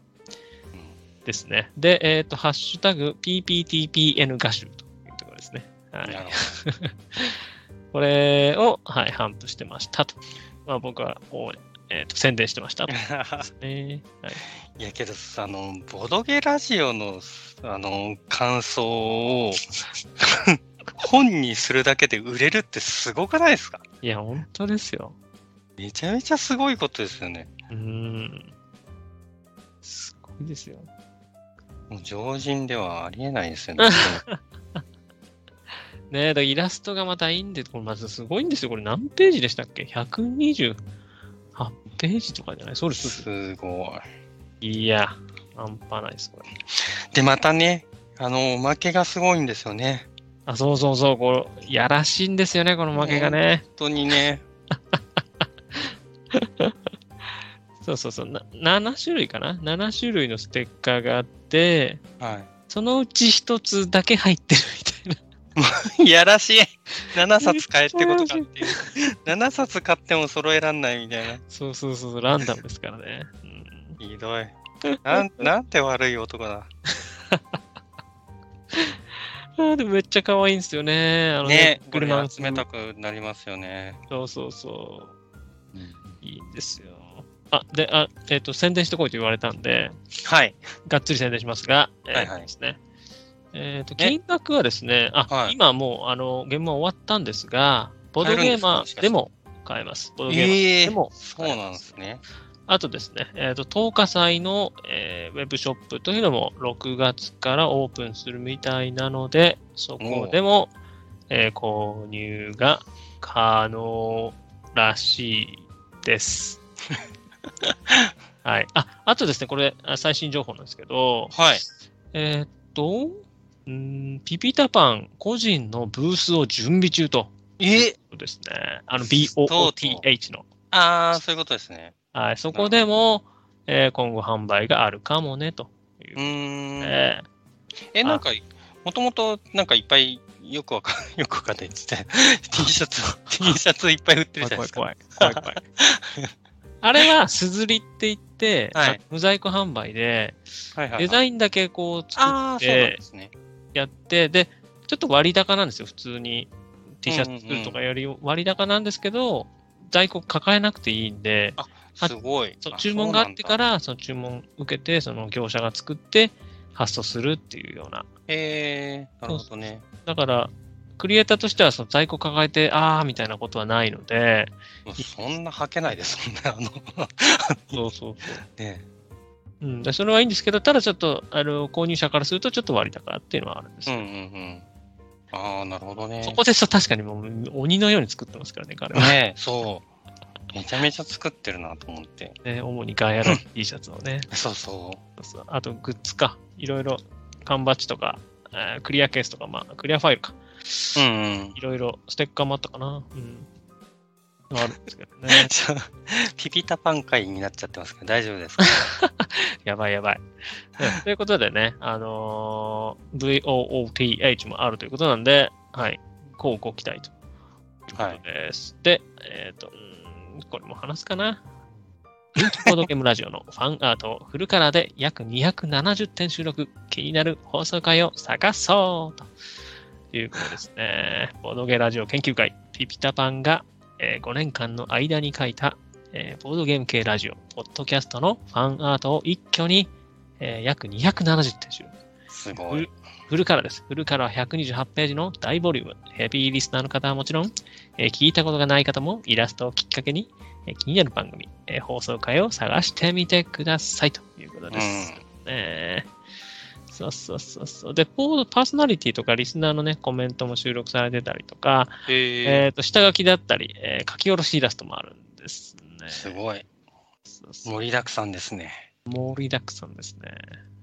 A: ですね。で、えーっと、ハッシュタグ PPTPN 画集というところですね。は
B: なる
A: い
B: ほ、
A: これを、はい、頒布してましたと。まあ、僕は応援、えーっと宣伝してましたと、
B: ど
A: ねはい。
B: いやけどあのボドゲラジオのあの感想を 本にするだけで売れるってすごくないですか
A: いや、本当ですよ。
B: めちゃめちゃすごいことですよね。
A: うーん。すごいですよ。
B: もう常人ではありえないで すよね。
A: ねえ、だからイラストがまたいいんで、これまずすごいんですよ。これ何ページでしたっけ ?128 ページとかじゃないそうです。そうです
B: ごい。
A: いや、半端ないです、これ。
B: で、またね、あの、おまけがすごいんですよね。
A: あ、そうそうそう、これ、やらしいんですよね、この負けがね。
B: 本当にね、
A: そうそうそうな、7種類かな ?7 種類のステッカーがあって、
B: は
A: そのうち1つだけ入ってるみたいな。
B: い。いやらしい !7 冊買えってことかっていう。7冊買っても揃えらんないみたいな。
A: そうそうそうそう、ランダムですからね。うん
B: ひどい。 なんなんて悪い男だ。
A: あーでもめっちゃ可愛いんですよね。あの
B: ね、これ
A: 車
B: 集めたくなりますよね。
A: そうそうそう。いいんですよ。あ、で、あ、えっ、と、宣伝してこいと言われたんで、
B: はい。
A: がっつり宣伝しますが、えー
B: はいはい
A: ですね。えっ、と、金額はですね、あ、
B: はい
A: 今もう、あの、ゲームは終わったんですが、ボードゲーマーでも買えます。ボードゲーマー
B: ええ
A: でも、
B: そうなんですね。
A: あとですね、えっ、と、10日祭の、えーウェブショップというのも6月からオープンするみたいなので、そこでも、えー購入が可能らしい です。はい。あ、あとですね、これ、あ最新情報なんですけど、
B: はい。
A: えーっと、うーんピピタパン個人のブースを準備中と。
B: え
A: そうですね。あの、
B: そうそう
A: BOOTH の。
B: ああ、そういうことですね。
A: はい、そこでも、えー今後販売があるかもね、という
B: うーん。
A: えー
B: え、なんか、もともと、なんかいっぱい、よくわか ん、よくわかんないって言って、T シャツを、T シャツいっぱい売ってるじゃないですか。
A: 怖い怖い怖い怖い怖い あれは、すずりって言って、
B: はい
A: 無在庫販売で、
B: はいはいはい
A: デザインだけこう
B: あ
A: 作っ
B: あ、そうなん
A: て
B: ですね。
A: やって、で、ちょっと割高なんですよ、普通に。T シャツ作るとかより割高なんですけど、在庫抱えなくていいんで、あ
B: すごい。
A: そう
B: あ
A: 注文があってか。ら、その注文受けて、その業者が作って発送するっていうような。
B: えー、なるほどね。
A: だから、クリエイターとしてはその在庫抱えて、あーみたいなことはないので、
B: そんな履けないです、そんな、あの、
A: そうそうそ
B: ね。
A: う。うん、でそれはいいんですけど、ただちょっと、あの購入者からするとちょっと割高っていうのはあるんです
B: うん
A: よ
B: うんうん。ああ、なるほどね。
A: そこでそう確かにもう鬼のように作ってますからね、彼 は。
B: ねそう。めちゃめちゃ作ってるなと思って。
A: ね、主にガイアの T シャツをね。
B: そうそ
A: そうあと、グッズか。いろいろ、缶バッジとか、えークリアケースとか、まあ、クリアファイルか。
B: う。うんうん。
A: い。ろいろ、ステッカーもあったかな。うん。あるんですけどね
B: ちょ ピピタパン会になっちゃってますけど、大丈 夫ですか
A: やばいやばい。ねということでね、あのー VOOTH もあるということなんで、はい、こうご期待ということです。で、えっ、と、うーんこれも話すかな。人気ボードゲームラジオのファン アートをフルカラーで約270点収録、気になる放送回を探そうということですね。ボードゲーラジオ研究会、ピピタパンが、え5年間の間に書いたえーボードゲーム系ラジオ、ポッドキャストのファンアートを一挙に、えー約270点収録。
B: すごい。
A: フルカラーです。フルカラー128ページの大ボリューム。ヘビーリスナーの方はもちろん、えー聞いたことがない方もイラストをきっかけに、えー気になる番組、えー放送回を探してみてくださいということ
B: う
A: です。
B: ん。
A: ねえ。そうそうそうそう。で、ポーパーソナリティとかリスナーのね、コメントも収録されてたりとか、
B: え
A: えっ、と、下書きだったり、えー書き下ろしイラストもあるんですね。
B: ー、すごい。
A: そうそう
B: 盛りだくさんですね。
A: 盛りだくさんですね。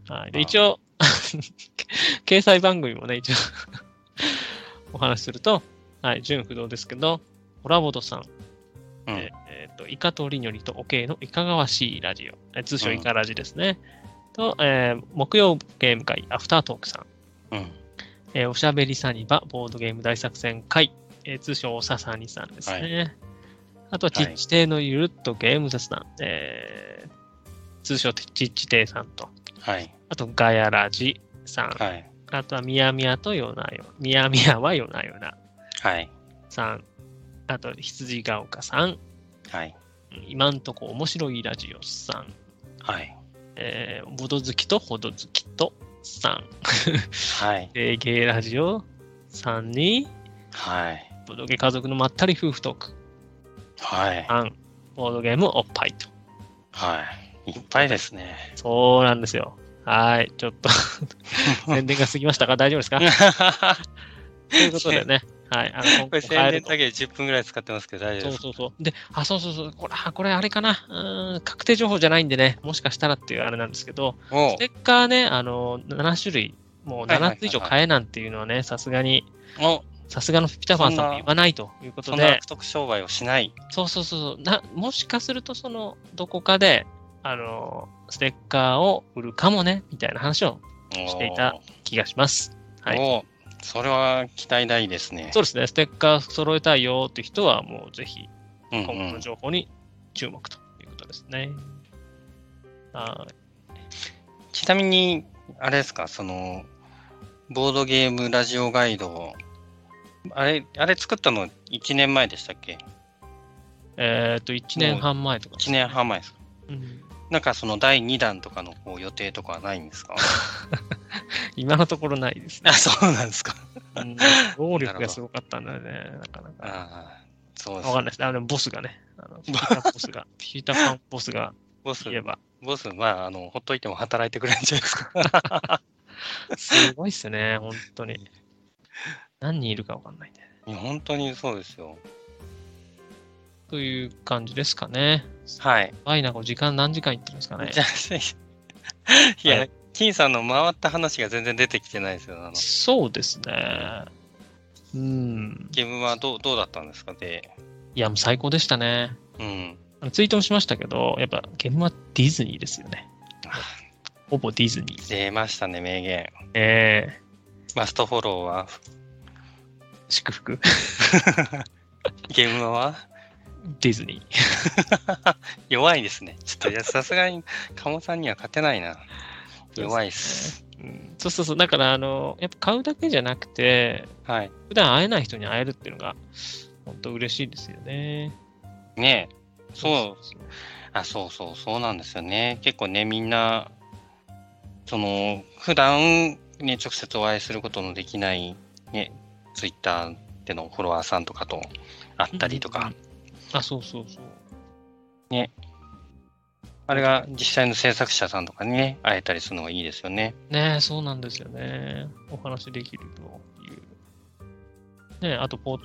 A: はい。で、
B: あー
A: 一応、 掲載番組もね、一応、 お話しすると、はい、純不動ですけど、ホラボドさん、
B: うん。
A: ええーと、イカとリニョリとオケイのいかがわしいラジオ、えー通称
B: うん
A: イカラジですね。と、えー木曜ゲーム会、アフタートークさん、
B: うん。
A: えーおしゃべりサニバ、ボードゲーム大作戦会、えー通称おささにさんですね。あとは、ち
B: はい
A: っち亭のゆるっとゲーム雑談、えー通称ちっち亭さんと、
B: はい。
A: あと、ガヤラジさん。
B: はい。
A: あとは、ミヤミヤとヨナヨ。ミヤミヤはヨナヨナ
B: はい。
A: さん。あと、羊が丘さん。
B: はい。
A: 今んとこ面白いラジオさん。
B: はい。
A: えー、ボド好きとほど好きとさん。
B: はい。
A: えー、ゲイラジオさんに、
B: はい。
A: ボドゲ家族のまったり夫婦トーク
B: はい。
A: さん。ボードゲームおっぱいと。
B: はい。いっぱいです ね。
A: そうなんですよ。はい。ちょっと、宣伝が過ぎましたが、大丈夫ですかということでね。はい。あの、
B: こ
A: 今
B: れ宣
A: 回
B: 伝だけで10分ぐらい使ってますけど大丈
A: そ
B: 夫
A: う
B: ですか
A: そうそう。で、あ、そうそうそう。これ、あ、これあれかな。うーん、確定情報じゃないんでね、もしかしたらっていうあれなんですけど、
B: おう
A: ステッカーね、あの、7種類、もう
B: はいはいはい
A: 7
B: はい
A: つ以上買えなんていうのはね、さすがに、
B: お
A: さすがのピタパンさんも言わないということ
B: そんな
A: で
B: 悪、徳商売をしない。
A: そうそうそうそうな、もしかすると、その、どこかで、あの、ステッカーを売るかもね、みたいな話をしていた気がします。
B: お
A: はい
B: おうそれは期待大ですね。
A: そうですね、ステッカー揃えたいよって人は、もうぜひ、
B: うんう
A: 今後の
B: ん、
A: 情報に注目ということですね。は
B: ちなみに、あれですか、その、ボードゲームラジオガイドを、あれ、あれ作ったの1年前でしたっけ
A: いえっ、と、1年半前とか、
B: ?1 年。半前ですか
A: うん、
B: なんかその第2弾とかのこう予定とかはないんですか
A: 今のところないですね
B: あ、。そうなんですか。
A: うん労力がすごかったんだよね、なかなか。
B: ああ、そう
A: わ
B: で
A: か
B: す
A: んない
B: ね。
A: です。あの、ボスがね、あ のピーターパンボスが、ピーターパンボスが
B: ボス
A: 言、えば、
B: ボス、まあ、あの、ほっといても働いてくれるんじゃないです か。
A: すごいっすね、本当に。何人いるかわかんないんで。
B: いや本当にそうですよ。
A: という感じですかね。
B: はい。
A: ワイナこう時間何時間いってるんですかね
B: じ。ゃあ、いや、
A: は
B: 金さんの回った話が全然出てきてないですよ。あの
A: そうですね。うん。
B: 自分はどうどうだったんですかで、
A: いや、もう最高でしたね。
B: うん。
A: あのツイートもしましたけど、やっぱゲームはディズニーですよね。ほぼディズニー。
B: 出ましたね、名言。
A: ええ
B: マストフォローは、
A: 祝福。
B: ゲームは
A: ディズニー。
B: 弱いですね。ちょっと いや、さすがに、鴨さんには勝てないな。弱いっす。
A: うん、そうそうそう。だから、あの、やっぱ買うだけじゃなくて、
B: はい。
A: 普段会えない人に会えるっていうのが、本当嬉しいですよね。
B: ねえ。そう
A: うそう。
B: あ、そうそう、そうなんですよね。結構ね、みんな、その、普段ね、直接お会いすることのできない、ね、ツイッターでのフォロワーさんとかと会ったりと
A: うんう
B: か
A: ん、あ、そうそうそう。
B: あれが実際の制作者さんとかにね、会えたりするのがいいですよね。
A: ねえそうなんですよね。お話できるという。ねえあとボ、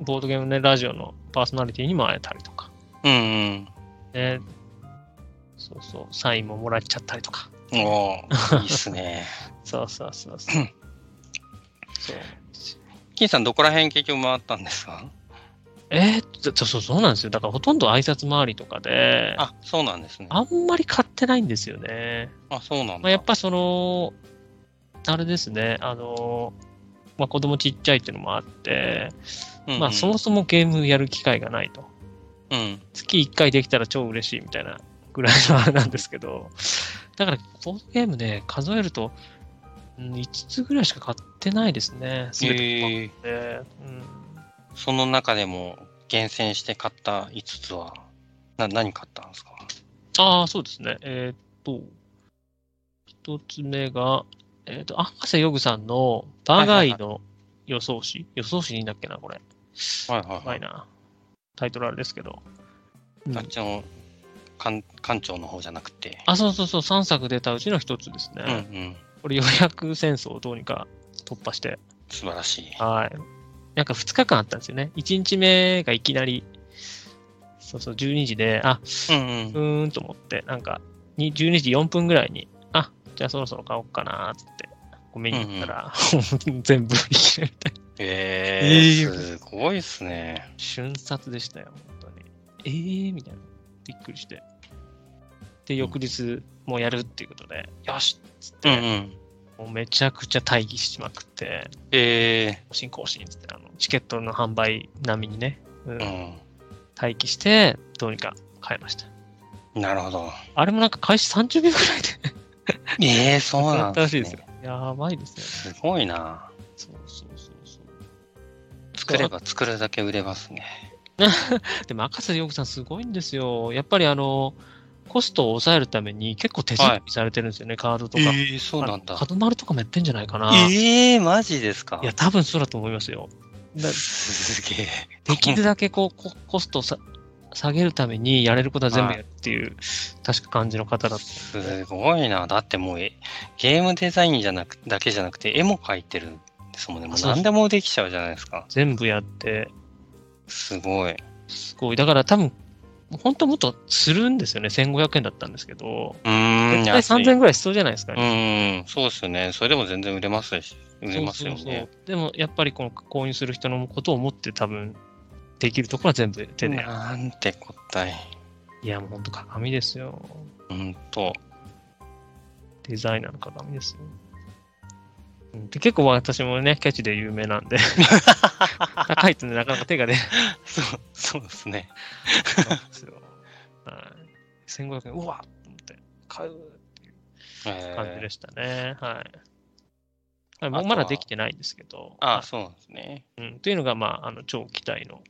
A: ボードゲームね、ラジオのパーソナリティにも会えたりとか。
B: うん
A: ね、そうそう、サインももらっちゃったりとか。
B: うん。おーいいっす ね。
A: そうそうそう そう。そう
B: 金さん、どこら辺結局回ったんですか
A: えー、そうそうそうなんですよ。だからほとんど挨拶回りとかで、あ
B: あ、そうなんですね。
A: んまり買ってないんですよね。
B: あ、そうなん
A: ま
B: だ。
A: あ、やっぱその、あれですね、あの、まあ、子供ちっちゃいっていうのもあって、
B: うんうん
A: まあそもそもゲームやる機会がないと。
B: うん。
A: 月1回できたら超嬉しいみたいなぐらいのあれなんですけど、だから、ボードゲームね、数えると、うん5つぐらいしか買ってないですね、すべて買っ
B: えー
A: て、うん。
B: その中でも厳選して買った5つは、な何買ったんですか
A: ああ、そうですね。えーっと、一つ目が、えーっと、赤瀬ヨグさんのバーガイの予想紙、予想紙にいいんだっけな、これ。
B: はいはいは
A: ない
B: い。
A: な。タイトルあれですけど。うん
B: あっちの館館長の方じゃなくて。
A: あ、そうそうそう、3作出たうちの一つですね。
B: うんうん。
A: これ、予約戦争をどうにか突破して、
B: 素晴らしい。
A: はい。なんか2日間あったんですよね。1日目がいきなりそうそう、12時で、あ、
B: うんう。
A: うんーんと思って、なんか、に12時4分ぐらいに、あ、じゃあそろそろ買おうかなーっつって、こう見に行ったら、 全部売り切れみたいな。
B: え
A: えー
B: ー、すごいっすね。
A: 瞬殺でしたよ、本当に。えーみたいな。びっくりして。で、翌日もうやるっていうことで、よしっつっ
B: うんう
A: て、
B: ん。
A: もうめちゃくちゃ待機しまくって、
B: え
A: 更新更新っつって、あのチケットの販売並みにね、うん
B: ー、
A: 待機して、どうにか買いました。
B: うん。なるほど。
A: あれもなんか開始30秒ぐらいで
B: ええー、そう
A: 終
B: な
A: わ
B: ん
A: った
B: で
A: らし
B: す
A: い
B: ね。
A: ですよ。やばいですよね。
B: すごいな。
A: そうそうそうそう。
B: 作れば作るだけ売れますね。
A: でも、赤瀬陽子さん、すごいんですよ。やっぱりあの、コストを抑えるために結構手作りされてるんですよね、カードとか。
B: えー、そうなん
A: あ
B: だ
A: の。角丸とかもやってんじゃないかな。い
B: ええー、マジですか
A: や、多分そうだと思いますよ。だ
B: すげえ。
A: できるだけこうココストをさ下げるためにやれることは全部やるっていう、確か感じの方だっ
B: すごいな。だってもうえゲームデザインじゃなくだけじゃなくて絵も描いてるんですもんね。もう
A: そうそう
B: 何でもできちゃうじゃないですか。
A: 全部やって、
B: すごい。
A: すごい。だから多分、本当はもっとするんですよね。1500円だったんですけど、
B: うーん。
A: 絶対
B: 安い
A: 3000円ぐらいしそうじゃないですか、
B: うーん。そうですよね。それでも全然売れますし、売れますよ
A: そうそうそ
B: ね
A: う。でもやっぱりこの購入する人のことを思って多分できるところは全部手でやる。
B: なんてこったい。
A: いやもうほんと鏡ですよ。
B: ほんと。
A: デザイナーの鏡ですよ。うんで結構私もね、ケチで有名なんで、高いとね、なかなか手が 出ない
B: そう、そうですね。
A: んですよ。はい、1500円、うわっと思って、買うっていう
B: え
A: 感じ
B: ー
A: でしたね。はい。はい、も
B: あ
A: う
B: とは
A: まだできてないんですけど、
B: あ
A: は
B: あ、そうなんですね。
A: いうん、というのが、まあ、あの超期待の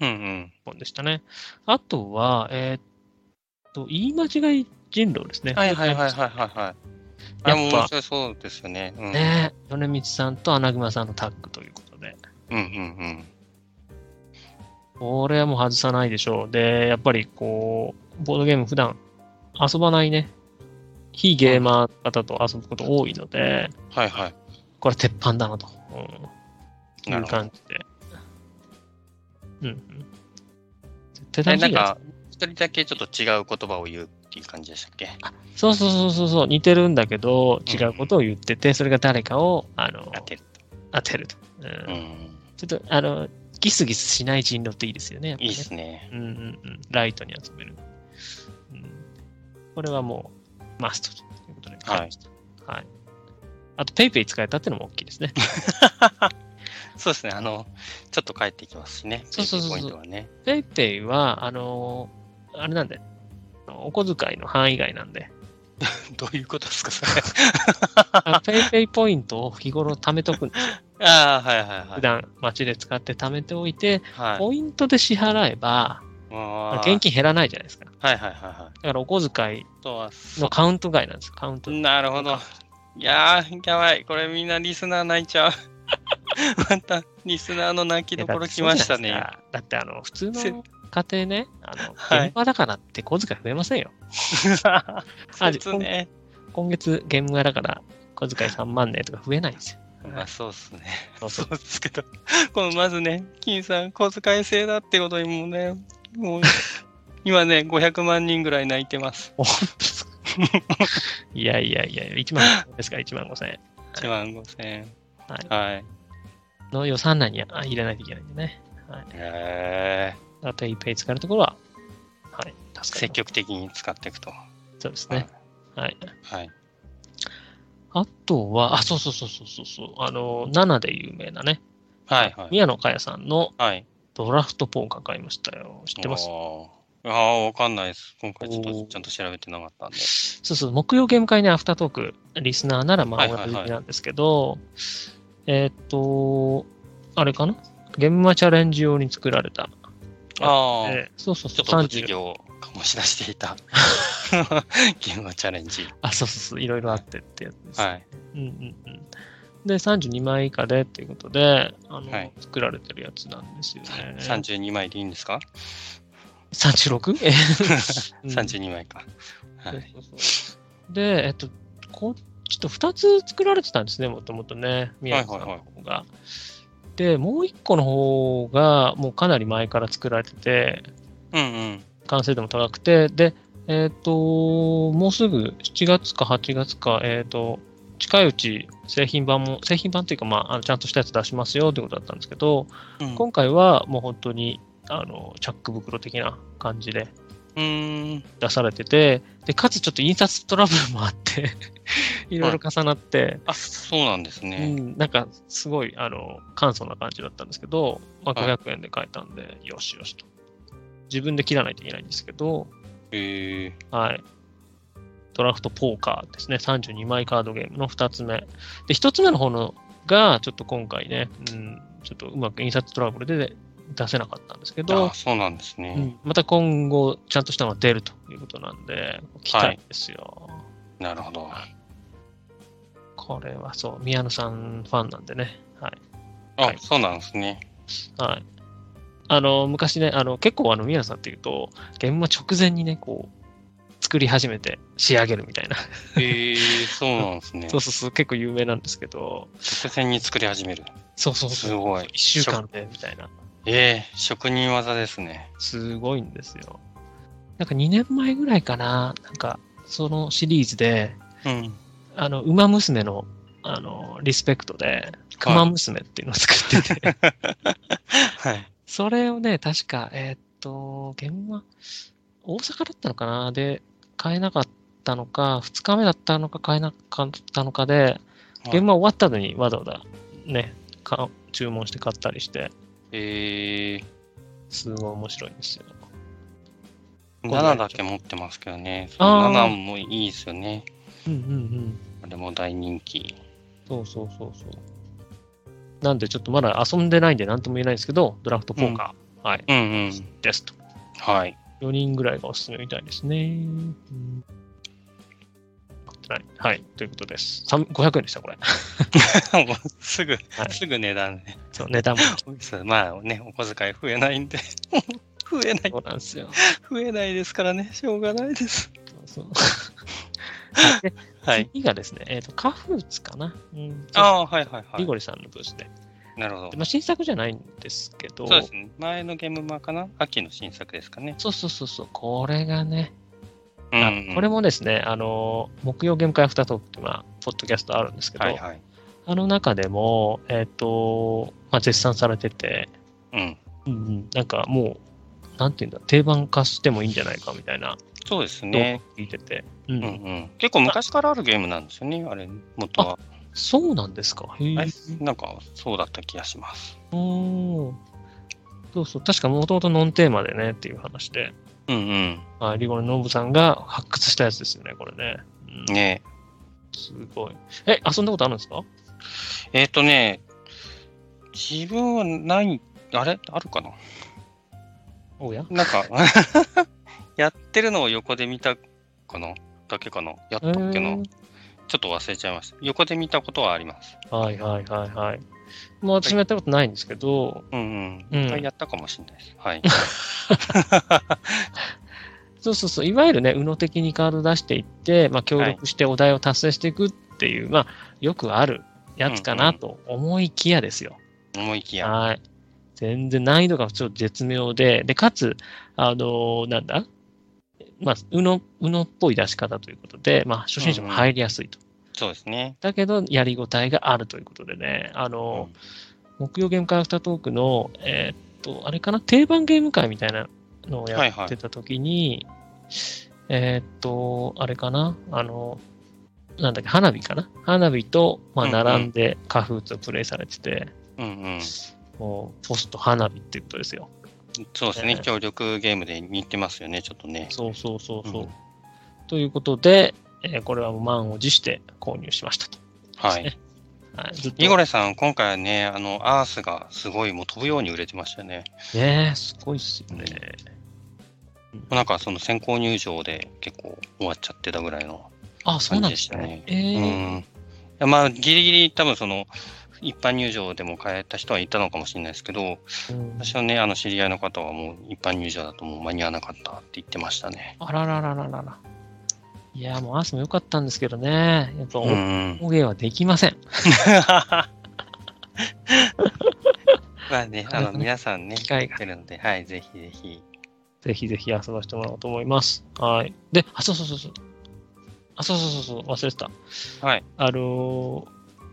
B: うんうん。
A: 本でしたね。あとは、えーっと、言い間違い人狼ですね。
B: はいはいはいはいはいはい。あれも
A: やっぱ
B: 面白そうですよね。うん、
A: ねえ、米光さんと穴熊さんのタッグということで、
B: うんうん
A: これはもう外さないでしょう。で、やっぱりこう、ボードゲーム普段遊ばないね、非ゲーマーの方と遊ぶこと多いので、
B: うん。はいはい。
A: これ鉄板だなと、うん、
B: ないる
A: う
B: ほど
A: 感じで。うんうん。絶
B: え
A: 対
B: な
A: 楽し
B: ん
A: いや
B: か、一人だけちょっと違う言葉を言うっていう感じでしたっけ
A: つ。そうそうそうそうそう、似てるんだけど、違うことを言ってて、それが誰かを、あの、
B: 当てる。
A: 当てると。うん
B: うん。
A: ちょっと、あの、ギスギスしない人狼っていいですよね。やっぱ
B: い
A: ね
B: いですね。
A: うんうんうん。ライトに集める。うん、これはもう、マストということで買いました。はい。あと、ペイペイ使えたってのも大きいです ね。
B: そうですね。あの、ちょっと帰っていきますしね。
A: そうそうそうそう
B: ペイペイポイントは ね。
A: ペイペイは、あのーあれなんで、お小遣いの範囲外なん で、
B: どういうことですか、それ。
A: あのペイペイポイントを日頃貯めとくんですよ。
B: ああ、はいはいは
A: 普
B: い。
A: 段街で使って貯めておいて、
B: はい。
A: ポイントで支払えば、
B: あー
A: 現。金減らないじゃないですか。だ
B: はいはいはいはい。
A: からお小遣い
B: あとは、
A: のカウント外なんですよ。カウント
B: なるほ ど。いやー、やばい。これみんなリスナー泣いちゃう。 また、リスナーの泣き
A: いや
B: どころ来ましたね。
A: だってそうじゃないですかだってあの普通
B: せ
A: の家庭ね、あの
B: はい
A: 現場だからって小遣い増えませんよ。
B: そうです ね。
A: 今月現場だから小遣い3万ねとか増えないんですよ。
B: まあそうですね。
A: そうそ
B: そううですけど、このまずね、金さん、小遣い制だってことにもうね、もう、今ね、500万人ぐらい泣いてます。
A: いやいやいや、1万5 0円ですから1万5千円
B: 1万5千
A: はい
B: 円。はい。
A: の予算内にあ入れないといけないんでね。はい、
B: へえ
A: あと PayPay 使えるところは、はい、助かり
B: 積
A: ます
B: 極的に使っていくと。
A: そうですね。はい。
B: はい。
A: あとは、あ、そうそうそうそうそうそう、あの、7で有名なね、
B: はいはい。
A: 宮野佳代さんの
B: はい。
A: ドラフトポーカー買いましたよ。知ってます
B: おーああ、わかんないです。今回ちょっ
A: お
B: と
A: ー
B: ちゃんと調べてなかったんで。
A: そうそう、木曜ゲーム会ね、アフタートーク、リスナーならま
B: は
A: あ
B: い
A: お
B: はいはい
A: なじみなんですけど、えーっと、あれかなゲームマチャレンジ用に作られた。
B: ああ、
A: えーそうそう
B: ち
A: そう、
B: ょっと物
A: 30。
B: 議を醸し出していたゲームのチャレンジ。
A: あ、そうそうそう、いろいろあってってやつです。
B: はい。
A: うんうんうん。で、32枚以下でっていうことで、あの、
B: はい
A: 作られてるやつなんですよね。
B: 32枚でいいんですか
A: 36? えうん
B: ?32 枚か。はい。
A: そうそうそうで、えっと、こうちょっと2つ作られてたんですね、もともとね、宮城さんの方が。で、もう1個の方が、もうかなり前から作られてて、
B: うんうん。
A: 完成度も高くて、で、えっ、と、もうすぐ7月か8月か、えっ、と、近いうち製品版も、製品版というか、まあ、あのちゃんとしたやつ出しますよということだったんですけど、
B: うん
A: 今回はもう本当に、あの、チャック袋的な感じで
B: うーん。
A: 出されてて、で、かつちょっと印刷トラブルもあって、 いろいろ重なって、
B: あ、そうなんですね。
A: うん、なんかすごい、あの、簡素な感じだったんですけど、まあ、500円で買えたんで、よしよしと。自分で切らないといけないんですけど、
B: へえ
A: はい。ドラフトポーカーですね。32枚カードゲームの2つ目。で、1つ目の方のが、ちょっと今回ね、うん、ちょっとうまく印刷トラブルで出せなかったんですけど
B: あ、、そうなんですね。
A: うんまた今後、ちゃんとしたのが出るということなんで、期待ですよ。
B: なるほど。
A: これはそう、宮野さんファンなんでね。はい。
B: あ、
A: はい
B: そうなんですね。
A: はい。あの、昔ね、あの、結構あの、宮野さんっていうと、現場直前にね、こう、作り始めて仕上げるみたいな。
B: へえそうなんですね。
A: そうそうそう、結構有名なんですけど、
B: 直線に作り始める。
A: そうそうそう。
B: すごい
A: 1週間でみたいな。
B: ええ職人技ですね。
A: すごいんですよ。なんか2年前ぐらいかな、なんか、そのシリーズで、
B: うん。
A: あの、馬娘の、あの、リスペクトで、熊娘っていうのを作ってて、
B: はい。
A: それをね、確か、えーっと、現場、大阪だったのかなで、買えなかったのか、2日目だったのか、買えなかったのかで、現場終わったのにわざわざ、ね、か注文して買ったりして、
B: ええ
A: すごい面白いんですよ。
B: 7だけ持ってますけどね。そ
A: あ
B: の
A: ー
B: 7もいいですよね。
A: うんうんうん。
B: あれも大人気。
A: そうそうそうそう。なんで、ちょっとまだ遊んでないんで、なんとも言えないんですけど、ドラフトポーカー、はい、
B: うんうん。
A: ですと。
B: はい。
A: 4人ぐらいがおすすめみたいですね。うん買ってないはい、ということです。さん500円でした、これ。
B: もうすぐ、
A: はい
B: すぐ値段 ね。
A: そう、値段も。
B: そうまあね、お小遣い増えないんで。 増えない、
A: そうなんですよ。
B: 増えないですからね。しょうがないです。
A: そうで
B: はい。
A: 次がですね、えっ、と、カフーツかな。うん、
B: ああー、はいはいは
A: リ
B: い
A: ゴ。リさんのブースで。
B: なるほど
A: で。まあ、新作じゃないんですけど、
B: そうですね。前のゲームマかな秋の新作ですかね。
A: そうそうそうそう、これがね、
B: う
A: あ
B: んうん
A: これもですね、あの、木曜ゲーム会アフタートークっていう、まあ、ポッドキャストあるんですけど、
B: はいはい。
A: あの中でも、えっ、と、まあ、絶賛されてて、
B: うん。
A: うんうん、なんかもう、なんていうんだ、定番化してもいいんじゃないかみたいな、
B: そうですね。
A: 聞いてて、うん
B: うんうん。結構昔からあるゲームなんですよね。あれ、元は。
A: そうなんですか。へ
B: あ
A: え
B: れ。なんか、そうだった気がします。
A: おーそうそう、確かもともとノンテーマでねっていう話で、
B: うん
A: はい、リゴのノブさんが発掘したやつですよね、これね。
B: う。
A: うんん、
B: ね
A: すごい。え、遊んだことあるんですか
B: えっ、とね、自分はない、あれあるかな
A: おや
B: な んか、やってるのを横で見たかなだけかなやったっけな、
A: うーん
B: ちょっと忘れちゃいました。横で見たことはあります。
A: はいはいはいはい。もう私もやったことないんですけど、
B: うん
A: う
B: うんん。一回やったかもしれないです。 はい。
A: そうそうそう、いわゆるね、右脳的にカード出していって、まあ、協力してお題を達成していくっていう、まあ、よくあるやつかなと思いきやですよ。
B: 思いきや。
A: はい。全然難易度がちょっと絶妙で、で、かつ、あのーなんだまあ、うの、うのっぽい出し方ということで、まあ、初心者も入りやすいと。
B: そうですね。
A: だけど、やりごたえがあるということでね、あのー木曜ゲーム会アフタートークの、えーっと、あれかな、定番ゲーム会みたいなのをやってた時に、えーっと、あれかな、あのーなんだっけ、花火かな花火と、まあ、
B: うんうん
A: 並んで、カフーツをプレイされてて、
B: うんうん。
A: もうポスト花火っていうことですよ。
B: そうです
A: え
B: ね
A: ー。
B: 協力ゲームで似てますよね、ちょっとね。
A: そうそうそうそう。
B: うん
A: ということで、えーこれはもう満を持して購入しましたと。
B: はい。
A: はい、ずっと
B: ニゴレさん、今回はね、あの、アースがすごいもう飛ぶように売れてましたよね。
A: ねえすごいっすよね。
B: なんかその先行入場で結構終わっちゃってたぐらいの。
A: あ、そうなんですね
B: 感。
A: えー
B: うんいや。まあ、ギリギリ多分その、一般入場でも買えた人はいたのかもしれないですけど、
A: うん
B: 私のね、あの知り合いの方はもう一般入場だともう間に合わなかったって言ってましたね。
A: あらららららら。いや、もうアースも良かったんですけどね。やっぱ、
B: う
A: お
B: ん。
A: お芸はできません。
B: まあね、あの皆さんね、
A: 機会が
B: 来てるので、はい、ぜひぜひ。
A: ぜひぜひ遊ばせてもらおうと思います。はい。で、あ、そうそうそうそう。あ、そうそうそうそう、忘れてた。
B: はい。
A: あのー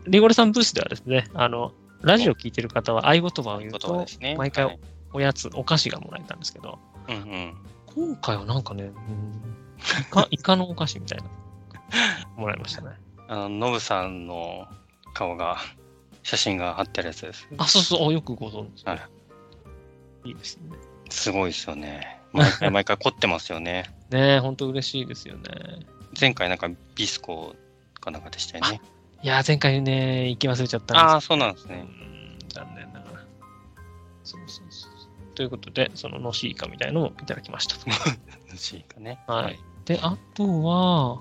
A: リゴレさんブースではですね、あの、ラジオ聞いてる方は合言葉を言う
B: 言葉
A: と
B: です、ね。
A: 毎回
B: はい
A: おやつ、お菓子がもらえたんですけど、
B: うんうん。
A: 今回はなんか ね、うんイカイカのお菓子みたいな、もらいましたね。
B: あの、ノブさんの顔が、写真が貼ってあるやつです。
A: あ、そうそう、およくご存知。、
B: はい
A: いですね。
B: すごいですよね。毎回毎回凝ってますよね。
A: ねえ、ほんと嬉しいですよね。
B: 前回なんかビスコかなんかでしたよね。
A: いやー、前回ね、行き忘れちゃったんです
B: ああー、そうなんです
A: う
B: ね。
A: ん残念ながら。そうそうそうそう。ということで、そののしいかみたいのもいただきましたと。
B: しいかね。
A: はい。で、あとは、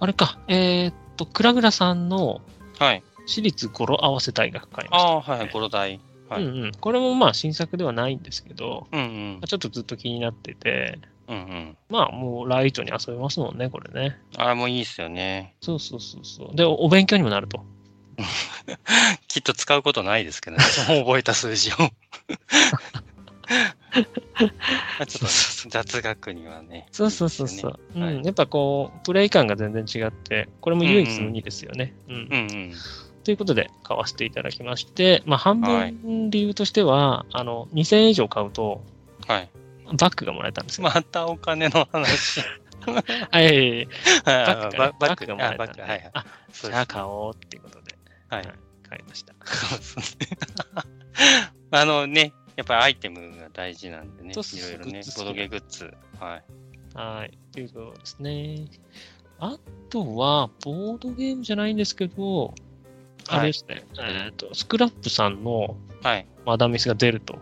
A: あれか、えーっと、クラグラさんの
B: はい。
A: 私立語呂合わせ大学会
B: あ
A: ま
B: あー、はい、ゴロダイ。
A: した。
B: はい。
A: う
B: うん
A: んうん。これもまあ新作ではないんですけど、
B: うん
A: まあ。ちょっとずっと気になってて、
B: うんうん。
A: まあもうライトに遊べますもんね、これね。
B: ああ、もういいですよね。
A: そうそうそうそう。で、おお勉強にもなると。
B: きっと使うことないで すけどね。その覚えた数字を。ちょっと雑学にはね。
A: そうそうそうそう。
B: いいです
A: う
B: よねは
A: ん、
B: い
A: やっぱこう、プレイ感が全然違って、これも唯一の2ですよね。うん、うん
B: うんうん。
A: ということで、買わせていただきまして、まあ、半
B: はい
A: 分理由としては、あの、2000円以上買うと、
B: はい。
A: バッグがもらえたんですよ。
B: またお金の 話。
A: あ、いやいやいや
B: バ
A: バッグがねバ
B: バッ
A: ッ
B: ク
A: グ
B: が
A: がも
B: も
A: ら
B: ら
A: えたんで
B: えたんで。あバッグ、はいはい。
A: あ
B: そ
A: じ
B: う
A: ゃ
B: で
A: あ買おうっていうことで、
B: すはい。
A: 買いました。
B: そうですね。 あのね、やっぱりアイテムが大事なんでね、い
A: そうそうそう
B: ろいろね
A: グッ、ズ好
B: ボ
A: き
B: ドゲグッズ。はい。
A: はい。ということですね。あとは、ボードゲームじゃないんですけど、あれですね、えっと、スクラップさんの
B: はい。
A: マダミスが出ると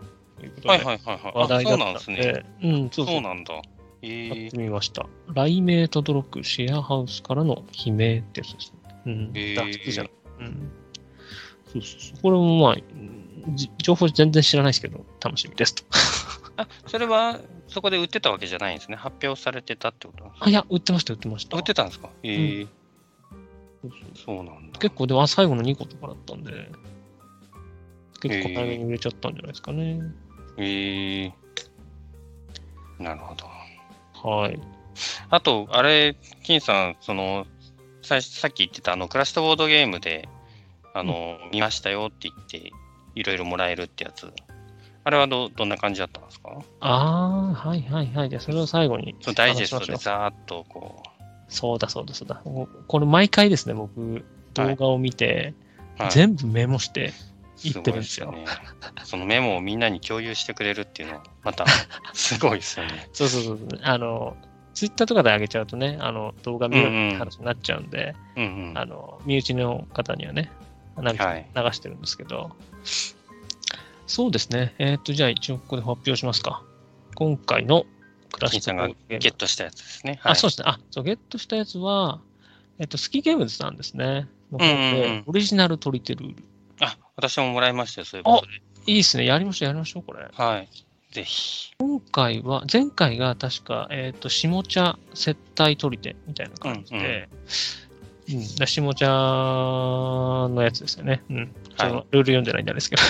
A: いうことで、
B: はいはいはい
A: 話
B: はい。あ
A: 題
B: そ
A: だ
B: うなん
A: っ
B: で
A: た
B: す
A: ん
B: ね。
A: で、うん、そう
B: そ
A: そうう。
B: なんだ。え
A: 買
B: ー
A: っ、てみました。雷鳴とドくシェアハウスからの悲鳴ってやつですね。うん。
B: へー
A: だ好きじゃん。うん。そうそうそう。これもまあ、うんじ情報全然知らないですけど、楽しみですと。
B: あ、それは、そこで売ってたわけじゃないんですね。発表されてたってことなんです
A: あ、いや、売ってました、売ってました。
B: か売ってたんですかえー
A: そうそう
B: そうなんだ。
A: 結構、でもあ最後の2個とかだったんで、結構
B: へー
A: 早めに売れちゃったんじゃないですかね。
B: えー、なるほど。
A: はい。
B: あと、あれ、金さん、その、ささっき言ってた、あの、クラッシュとボードゲームで、あの、見ましたよって言って、いろいろもらえるってやつ。あれはどどんな感じだったんですか
A: ああ、はいはいはい。じゃあ、それを最後に。
B: そのダイジェスト
A: 話し
B: で
A: ましょう
B: ざーっとこ
A: そうだそうだそうだ。もうこれ毎回ですね、僕、動画を見て、
B: う、はい
A: 全部メモして、
B: すごいですよね。そのメモをみんなに共有してくれるっていうのは、また、すごいですよね。
A: そうそうそうそう。あの、ツイッターとかで上げちゃうとね、あの動画見ろって話になっちゃうんで、
B: うんうん。
A: あの身内の方にはね、流し,、
B: はい
A: 流してるんですけど、そうですね。えっ、と、じゃあ一応ここで発表しますか。今回のクラシ
B: 金
A: ック
B: さ
A: ボード
B: んが
A: ゲーム
B: ゲットしたやつですね。
A: あ、そううですね。あ、そう、ゲットしたやつは、えっ、と、スキーゲームズさんですね。の方
B: うんうんうん
A: で、オリジナルトリテルール。
B: あ、私ももらいましたよ、そういうことで。
A: いいですね。やりましょう、やりましょう、これ。
B: はい。ぜ ひ。
A: 今回は、前回が確か、えっ、と、下茶接待取り手みたいな感じで、うんだ下茶のやつですよね。うん。
B: はい
A: ちょっとルール読んでないんであれですけど、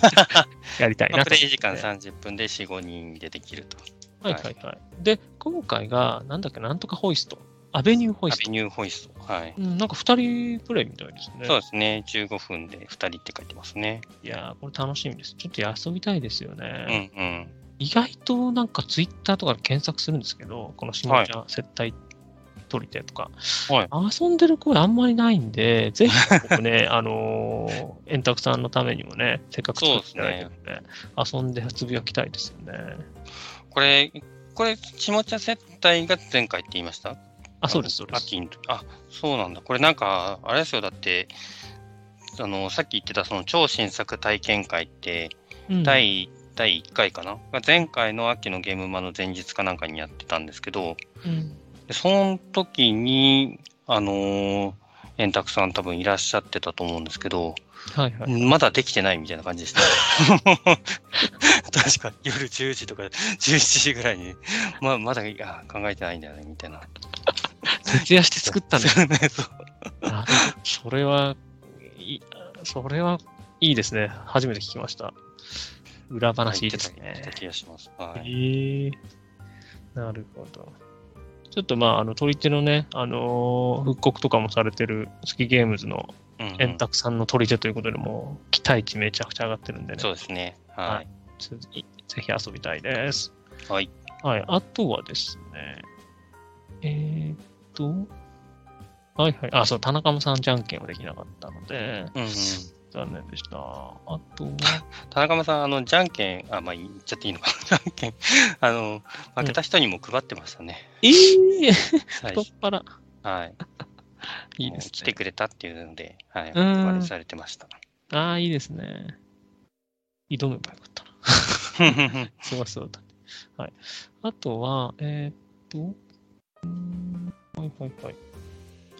A: やりたい
B: まあ
A: な
B: プ
A: と
B: レ
A: 思って。
B: イ時間30分で4、5人でできると。
A: はいはいはい。で、今回が、なんだっけ、なんとかホイスト。アベニューホイ
B: ア
A: ス
B: ビ
A: ト。
B: ニューホイスト。はい。
A: うん、なんか2人プレイみたいですね。
B: そうですね。15分で2人って書いてますね。
A: いやー、これ楽しみです。ちょっと遊びたいですよね。
B: うんうん。
A: 意外となんかツイッターとかで検索するんですけど、この下茶接待取り手とか、
B: はい
A: 遊んでる声あんまりないんで、ぜひ僕 ね、あのー円卓さんのためにもね、せっかく作っていただいてるんで、遊んでつぶやきたいですよね。
B: これ、これ、下茶接待が前回って言いました
A: あ、そうです、そうで
B: あ
A: す。
B: 秋の時あ、そうなんだ。これなんか、あれですよ。だって、あの、さっき言ってた、その超新作体験会って、
A: うん
B: 第、第1回かなが前回の秋のゲームマの前日かなんかにやってたんですけど、
A: うん
B: でその時に、あのー円卓さん多分いらっしゃってたと思うんですけど、
A: はいはい。
B: まだできてないみたいな感じでした。 確か夜10時とか11時ぐらいに、 まあ、まだあ考えてないんだよね、みたいな。
A: 徹夜して作 ったんだ
B: そうねそう
A: なるほどそれは、いそれは、いいですね。初めて聞きました。裏話
B: 入っ
A: で
B: て
A: す
B: た
A: ね。
B: 言ってた気がします。はい。
A: へえなるほど。ちょっとまあ、あの、取り手のね、あのー復刻とかもされてる、スキゲームズの
B: うんうん
A: 円卓さんの取り手ということで、もう、期待値めちゃくちゃ上がってるんでね
B: そ、うですね。はい。
A: つぜひ遊びたいです。
B: はい。
A: はい、あとはですね、えー、っと、はいはい、あ、そう、田中さんじゃんけんはできなかったので、
B: うんうん
A: 残念でした。あとは、
B: 田中さん、あの、じゃんけん、あ、まあ、言っちゃっていいのかな。 じゃんけん、あの、負けた人にも配ってましたね。
A: えー、
B: はい
A: 太っ。腹。
B: はい。
A: いいです
B: 来
A: ね
B: て。くれたっていうので、はい。
A: うん
B: お配りされてました。
A: ああ、いいですね。挑めばよかったな。すごいそうだ。はい。あとは、えーっと、うーんはいはいはい。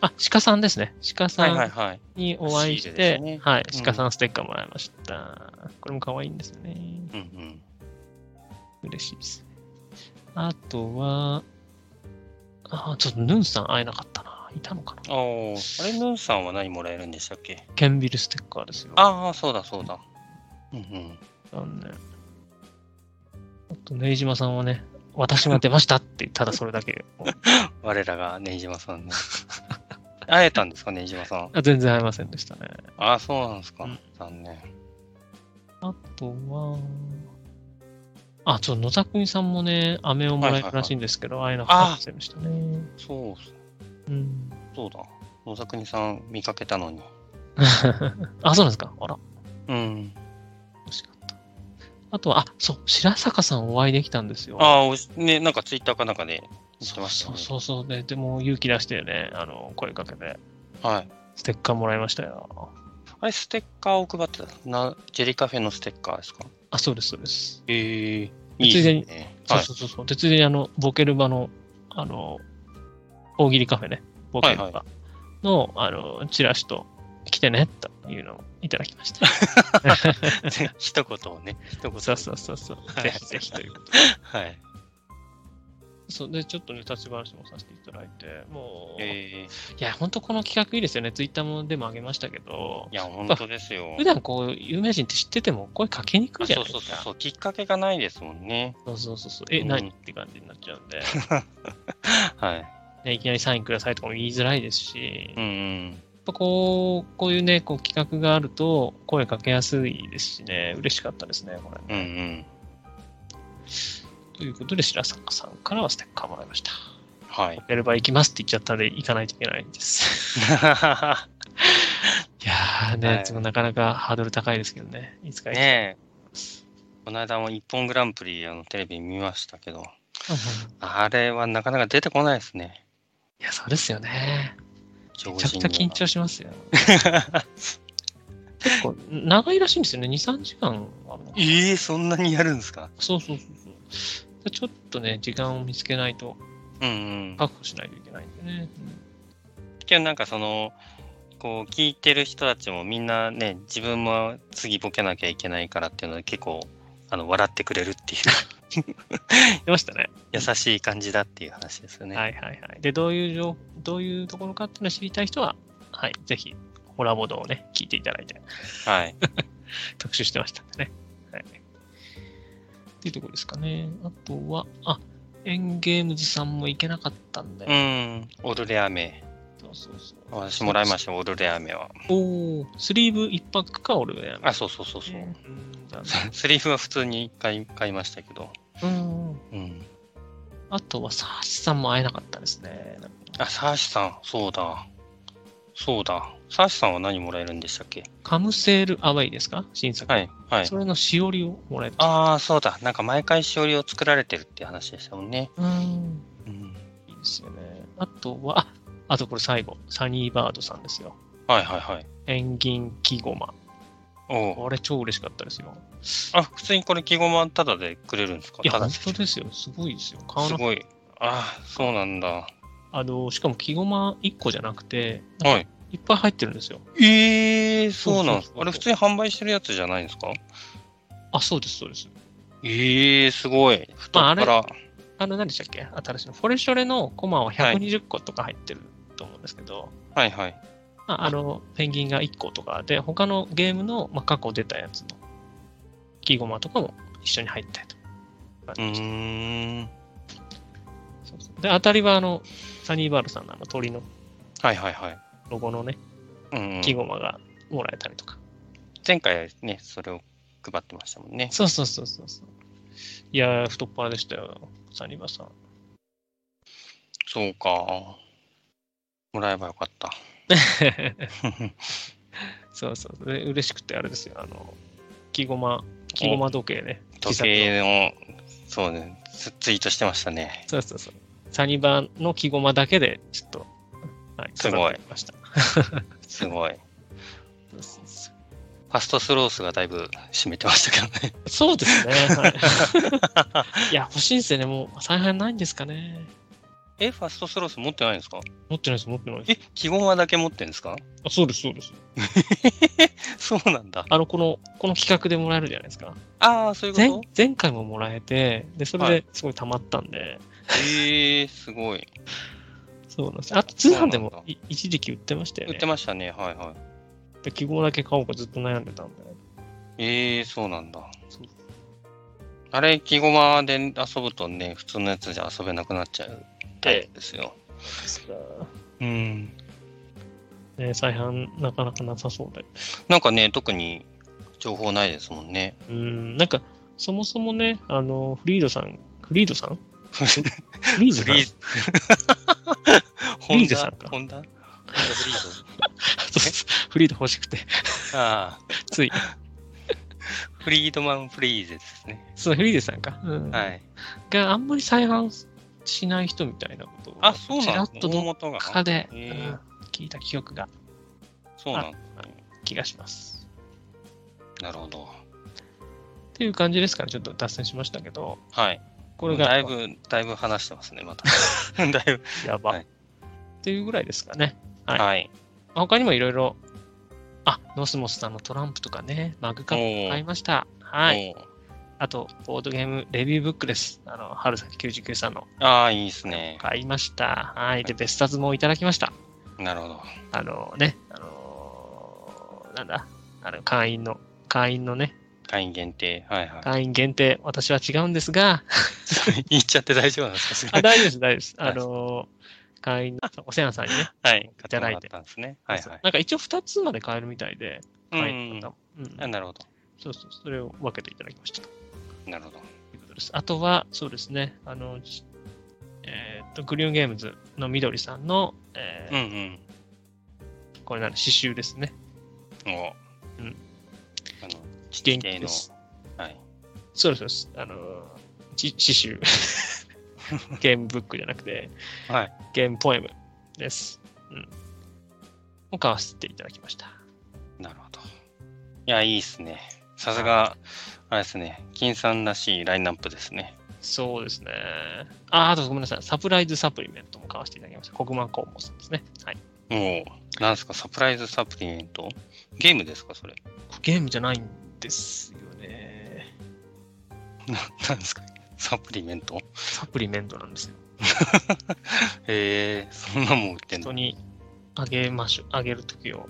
A: あ、鹿さんですね。鹿
B: はい
A: さ
B: はい
A: ん
B: はい。
A: にお会いし
B: シールで
A: て、
B: すね
A: はい、
B: うん
A: 鹿さんステッカーもらいました。これも可愛いんですよね。
B: うんうん。
A: 嬉しいです。あとは、あー、ちょっとヌンさん会えなかったな。いたのかな
B: おーあれ、ヌーさんは何もらえるんでしたっけ
A: ケンビルステッカーですよ。
B: ああ、そうだそうだ。うんうん。
A: 残念。あと、ネイジマさんはね、私が出ましたって、ただそれだ け。
B: 我らが根島さん ね。会えたんですか、根島さん。
A: あ全然会えませんでしたね。
B: ああ、そうなんですか
A: うん。
B: 残念。
A: あとは、あ、ちょ、野田国さんもね、飴をもらえるらしいんですけど、会えなかったでしたね。
B: そうっす
A: うん。
B: そうだ。野田国さん見かけたのに。
A: あ、そうなんです か。あら、
B: うん。
A: 惜しかった。あとは、あ、そう、白坂さんお会いできたんですよ。
B: ああ、おしね、なんかツイッターかなんかで言って
A: そう
B: ました
A: そ
B: ね。
A: うそうそう。で、でも勇気出してね、あの、声かけて、
B: はい。
A: ステッカーもらいましたよ。
B: あれ、ステッカーを配ってたな、ジェリカフェのステッカーですか
A: あ、そうです、そうです。
B: ええ
A: で
B: いいですね。
A: そう
B: はい
A: そうそうそう。で、ついでにあの、ボケルバの、あの、大喜利カフェね、ボケル
B: はい
A: バの、あの、チラシと、来てね、というのをいただきました。
B: 一言をね。一言。
A: そうそうそうそう。
B: い
A: ぜひぜひということで。
B: はい。
A: そうで、ちょっとね、立ち話もさせていただいて、もう、
B: ええ
A: いや、本当この企画いいですよね。ツイッターもでもあげましたけど
B: い、や、本当ですよ。
A: 普段こう、有名人って知ってても声かけにくいじゃ
B: そ
A: ないうで
B: そう
A: す
B: そう
A: か。
B: そう。きっかけがないですもんね。
A: そうそうそうそう。え、
B: うん
A: 何って感じになっちゃうん で、
B: はい。
A: ねいきなりサインくださいとかも言いづらいですし
B: う、んうん。
A: やっぱこう、こういうね、こう企画があると、声かけやすいですしね、嬉しかったですね、これ。
B: うんうん。
A: ということで、白坂さんからはステッカーもらいました。
B: はい。
A: やれば行きますって言っちゃったんで、行かないといけないんです。いやーね、
B: はい
A: ちょっとなかなかハードル高いですけどね、いつか行き
B: ねえ。この間も一本グランプリ、あの、テレビ見ましたけど、
A: うんうん
B: あれはなかなか出てこないですね。
A: いや、そうですよね。
B: 上
A: めちゃくちゃ緊張し ますよ。
B: 張。
A: 結構、長いらしいんですよね、2、3時間はもう
B: ええそんなにやるんですか
A: そうそうそうそう。ちょっとね、時間を見つけないと、
B: うんうん。
A: 確保しないといけないんでね。
B: けどなんかその、こう聞いてる人たちもみんなね、自分も次ボケなきゃいけないからっていうので結構、あの、笑ってくれるっていう、
A: 出ましたね。
B: 優しい感じだっていう話ですよね。
A: はいはいはい。で、どういう情、どういうところかっていうのを知りたい人は、はい、ぜひ、ホラボードをね、聞いていただいて、
B: はい。
A: 特集してましたんでね。はい。っていうところですかね。あとは、あ、エンゲームズさんも行けなかったんで、
B: うん。踊れ飴。
A: そうそうそう。
B: 私もらいました、踊れ飴は。
A: おお、スリーブ1パックか、俺がやる。
B: あ、そうそうそうそうう。
A: んだね
B: スリーフは普通に買い買いましたけど。
A: うん。
B: うん。
A: あとは、サーシさんも会えなかったですね。
B: あ、サーシさん、そうだ。そうだ。サーシさんは何もらえるんでしたっけ
A: カムセールアウェイですか新作。
B: はい。はい
A: そ。れのしおりをもらえた。
B: ああ、そうだ。なんか毎回しおりを作られてるって話でしたもんね。
A: うん。
B: うん。
A: いいですよね。あとは、ああとこれ最後、サニーバードさんですよ。
B: はいはいはい。
A: ペンギン木ゴマ。
B: おう
A: これ超嬉しかったですよ。
B: あ、普通にこれ、木ごまただでくれるんですか
A: いや、
B: ただ
A: 本
B: で
A: 当ですよ。すごいですよ。買わ
B: す
A: な
B: ごい。ああ、そうなんだ。
A: あの、しかも木ゴマ1個じゃなくて、
B: はい。
A: いっぱい入ってるんですよ。
B: ええそうなんです
A: そうそうそう
B: あれ、普通に販売してるやつじゃないんですか
A: あ、そうです、そうです。
B: ええすごい。太
A: まあ
B: っ
A: あれ
B: 腹。
A: あの、何でしたっけ新しいの。フォレショレのコマは120個とか入ってると思うんですけど、
B: はいはい。
A: まあ、あの、ペンギンが1個とかで、他のゲームの、まあ、過去出たやつのきいごまとかも一緒に入ったりと。
B: うーん。
A: そうそうで、当たりはあの、サニーバールさんのあの鳥の
B: はいはいはい。
A: ロゴのね、
B: うんうん
A: 木ごまがもらえたりとか。
B: 前回ね、それを配ってましたもんね。
A: そうそうそうそうそう。いやー、太っ腹でしたよ、サニバさん。
B: そうか。もらえばよか った。
A: そうそう。で、嬉しくてあれですよ、あの、木ごま、木ごま時計ね。
B: 時計の、そうね、ツツイートしてましたね。
A: そうそうそう。サニバの木ごまだけで、ちょっと、はい、
B: す
A: 飾
B: ごい
A: ってありました。
B: すごい。
A: そうそうそう
B: ファストスロースがだいぶ占めてましたけどね。
A: そうですね。はい、 いや、欲しいですよね。もう、再販ないんですかね。
B: え、ファストスロース持ってないんですか
A: 持ってないです、持ってないです。
B: え、記号はだけ持ってんですか
A: あそうです、そうです。
B: そうなんだ。
A: あの、この、この企画でもらえるじゃないですか。
B: ああ、そういう
A: 前
B: こ
A: 前回ももらえて、で、それ
B: は
A: ですごい溜まったんで、
B: とええー、すごい。
A: そうなんです。あと、通販で
B: そ
A: も
B: うなん
A: い一時期売ってましたよ
B: 売
A: ね。
B: ってましたね。はいは
A: で記号だけ買おうかずっと悩んでたんで、
B: い。ええー、そうなんだ
A: そう。
B: あれ、木駒で遊ぶとね、普通のやつじゃ遊べなくなっちゃうタイプですよ。うん。
A: ね、再販なかなかなさそうで。
B: なんかね、特に情報ないですもんね。
A: うん、なんか、そもそもね、あの、フリードさん、フリードさんフリードさん
B: フリー ホ
A: リ
B: ン
A: ーズさ
B: ダ
A: んか
B: ホンダホンダフリー
A: そうそうフリード欲しくて、
B: ド。ああ、
A: つい。
B: フリードマンフリーズですね。
A: そう、フリードさんか。うん、
B: はい。
A: があんまり再販しない人みたいなことを
B: あ、そうなん
A: ち
B: で
A: らっ
B: す
A: と
B: ね。
A: ど
B: 大
A: っ
B: 元が。
A: かで、
B: へえ
A: うん聞いた記憶が、
B: そうなんだ
A: 気がします。
B: なるほ
A: っ
B: ど。
A: ていう感じですから、ちょっと脱線しましたけど、
B: はい。
A: これが、
B: だいぶ、だいぶ話してますね、また。 だいぶ。
A: やば、
B: はい
A: っていうぐらいですかね。はい
B: はい。
A: まあ他にもいろいろ、あ、ノスモスさんのトランプとかね、マグカップ買いました。はい。
B: い。
A: あと、ボードゲームレビューブックです。あの、春崎99さんの
B: ああ、いいですね。
A: 買いました。はい。で、ベスタズもいただきました。
B: なるほど。
A: あのね、あのーなんだ、あの、会員の、会員のね、
B: 会員限定。はいは
A: 会員限定、私は違うんです が、
B: い。 言っちゃって大丈夫なんですかすご
A: あ
B: い
A: 大丈夫です、大丈夫です。あのー会員のお世話さんにね、
B: はい。
A: いただい
B: 買っててもらったんですね。はい
A: そう
B: はい。
A: なんか一応2つまで買えるみたいで、
B: う
A: 会員
B: ん
A: の方もうん
B: あ。なるほど。
A: そうそう、それを分けていただきました。
B: なるほど。
A: ということです。あとは、そうですね、あの、じえーっと、グリューンゲームズのみどりさんの、え
B: うん
A: ー
B: うん。
A: これなん刺繍ですね。
B: お
A: うん。
B: あの、地
A: 元気
B: 形
A: で
B: の。
A: す。
B: はい。
A: そうですそうです。あのー、ち 刺繍。ゲームブックじゃなくて、
B: はい。
A: ゲームポエムです。うん。を買わせていただきました。
B: なるほど。いや、いいですね。さすが、あれですね。金さんらしいラインナップですね。
A: そうですね。あ、あとごめんなさい。サプライズサプリメントも買わせていただきました。国満工房さんですね。はい。
B: もう、なんすか、サプライズサプリメントゲームですか、それ。
A: ゲームじゃないんですよね。
B: ななんですかサプリメント
A: サプリメントなんですよ。
B: へえそんなもん売ってん
A: 人
B: の
A: にあげましょ、あげるときを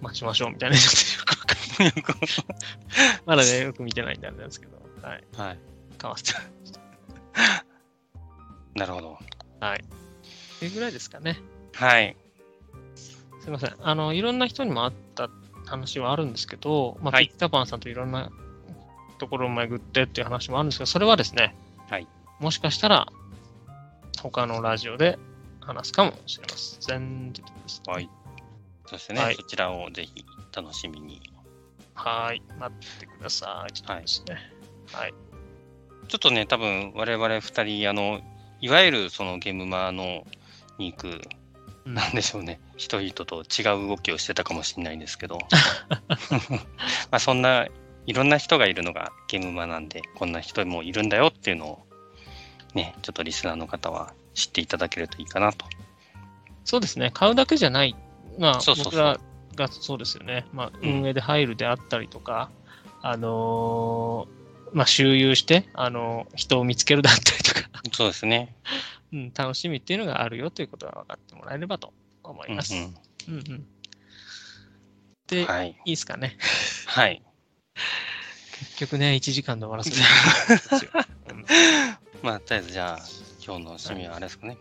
A: 待ちましょうみたいなや つよくわかんないま だね、よく見てないんであれなんですけど、はい、
B: はい。
A: 買わせて。
B: なるほど。
A: それぐらいですかね。
B: はい。
A: すいません。あの、いろんな人にもあった話はあるんですけど、まあ、
B: はい
A: ピッタパンさんといろんなところを巡ってっていう話もあるんですけど、それはですね、
B: はい
A: もしかしたら、他のラジオで話すかもしれません。です
B: はい。そしてね、
A: はい
B: そちらをぜひ楽しみに。
A: はい。待ってください。ちょっとですね。はい。
B: ちょっとね、多分我々二人、あの、いわゆるそのゲームマーのに行く、
A: うん
B: なんでしょうね、人々と違う動きをしてたかもしれないんです けど、まあそんないろんな人がいるのがゲームマーなんで、こんな人もいるんだよっていうのを、ね、ちょっとリスナーの方は知っていただけるといいかなと。
A: そうですね、買うだけじゃない、まあ、
B: そうそうそう
A: 僕らがそうですよね、まあ、
B: うん
A: 運営で入るであったりとか、あのーまあ、周遊して、あのー人を見つけるだったりとか、
B: そうですね。
A: うん、楽しみっていうのがあるよということが分かってもらえればと思
B: う
A: い
B: ん
A: ます。
B: うん
A: うんうんで、
B: はい。
A: い、いですかね。
B: はい。
A: 結局ね、1時間で終わらせて もらったんですようん
B: まあ、とりあえずじゃあ、今日の趣味はあれですかね。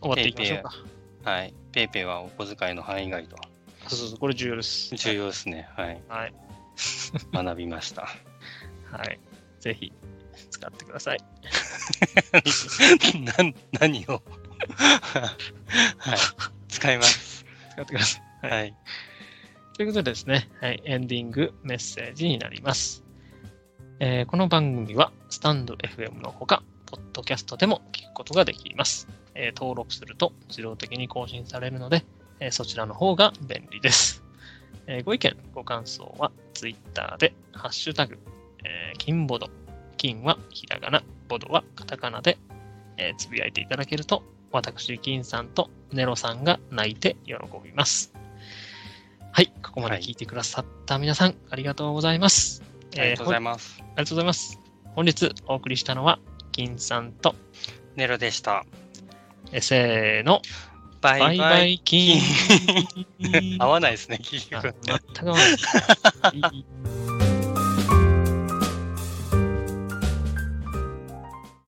A: 終わっていきましょうか。
B: はい。ペイペイはお小遣いの範囲外と。
A: そうそうそう、これ重要です。
B: 重要ですね。はい。
A: はい。
B: 学びました。
A: はい。ぜひ、使ってくだ さい。
B: なん何を はい。使います。
A: 使ってください。
B: はい。
A: ということでですね、はい、エンディングメッセージになります。えーこの番組は、スタンド FM のほか、ポッドキャストでも聞くことができます。えー登録すると自動的に更新されるので、えーそちらの方が便利です。えーご意見、ご感想は、ツイッターで、ハッシュタグ、えー金ボド、金はひらがな、ボドはカタカナで、えーつぶやいていただけると、私、金さんとネロさんが泣いて喜びます。はい、ここまで聞いてくださった皆さん、ありがとうございます。
B: ありがとうござい
A: ま
B: ます。
A: す。ありがとうございます。本日お送りしたのは、金さんと、
B: ネロでした。
A: えーせーの、
B: バイバ
A: バ
B: イ。
A: イバイ金。
B: 合わないですね、結
A: あ
B: 局。
A: 全く合わない。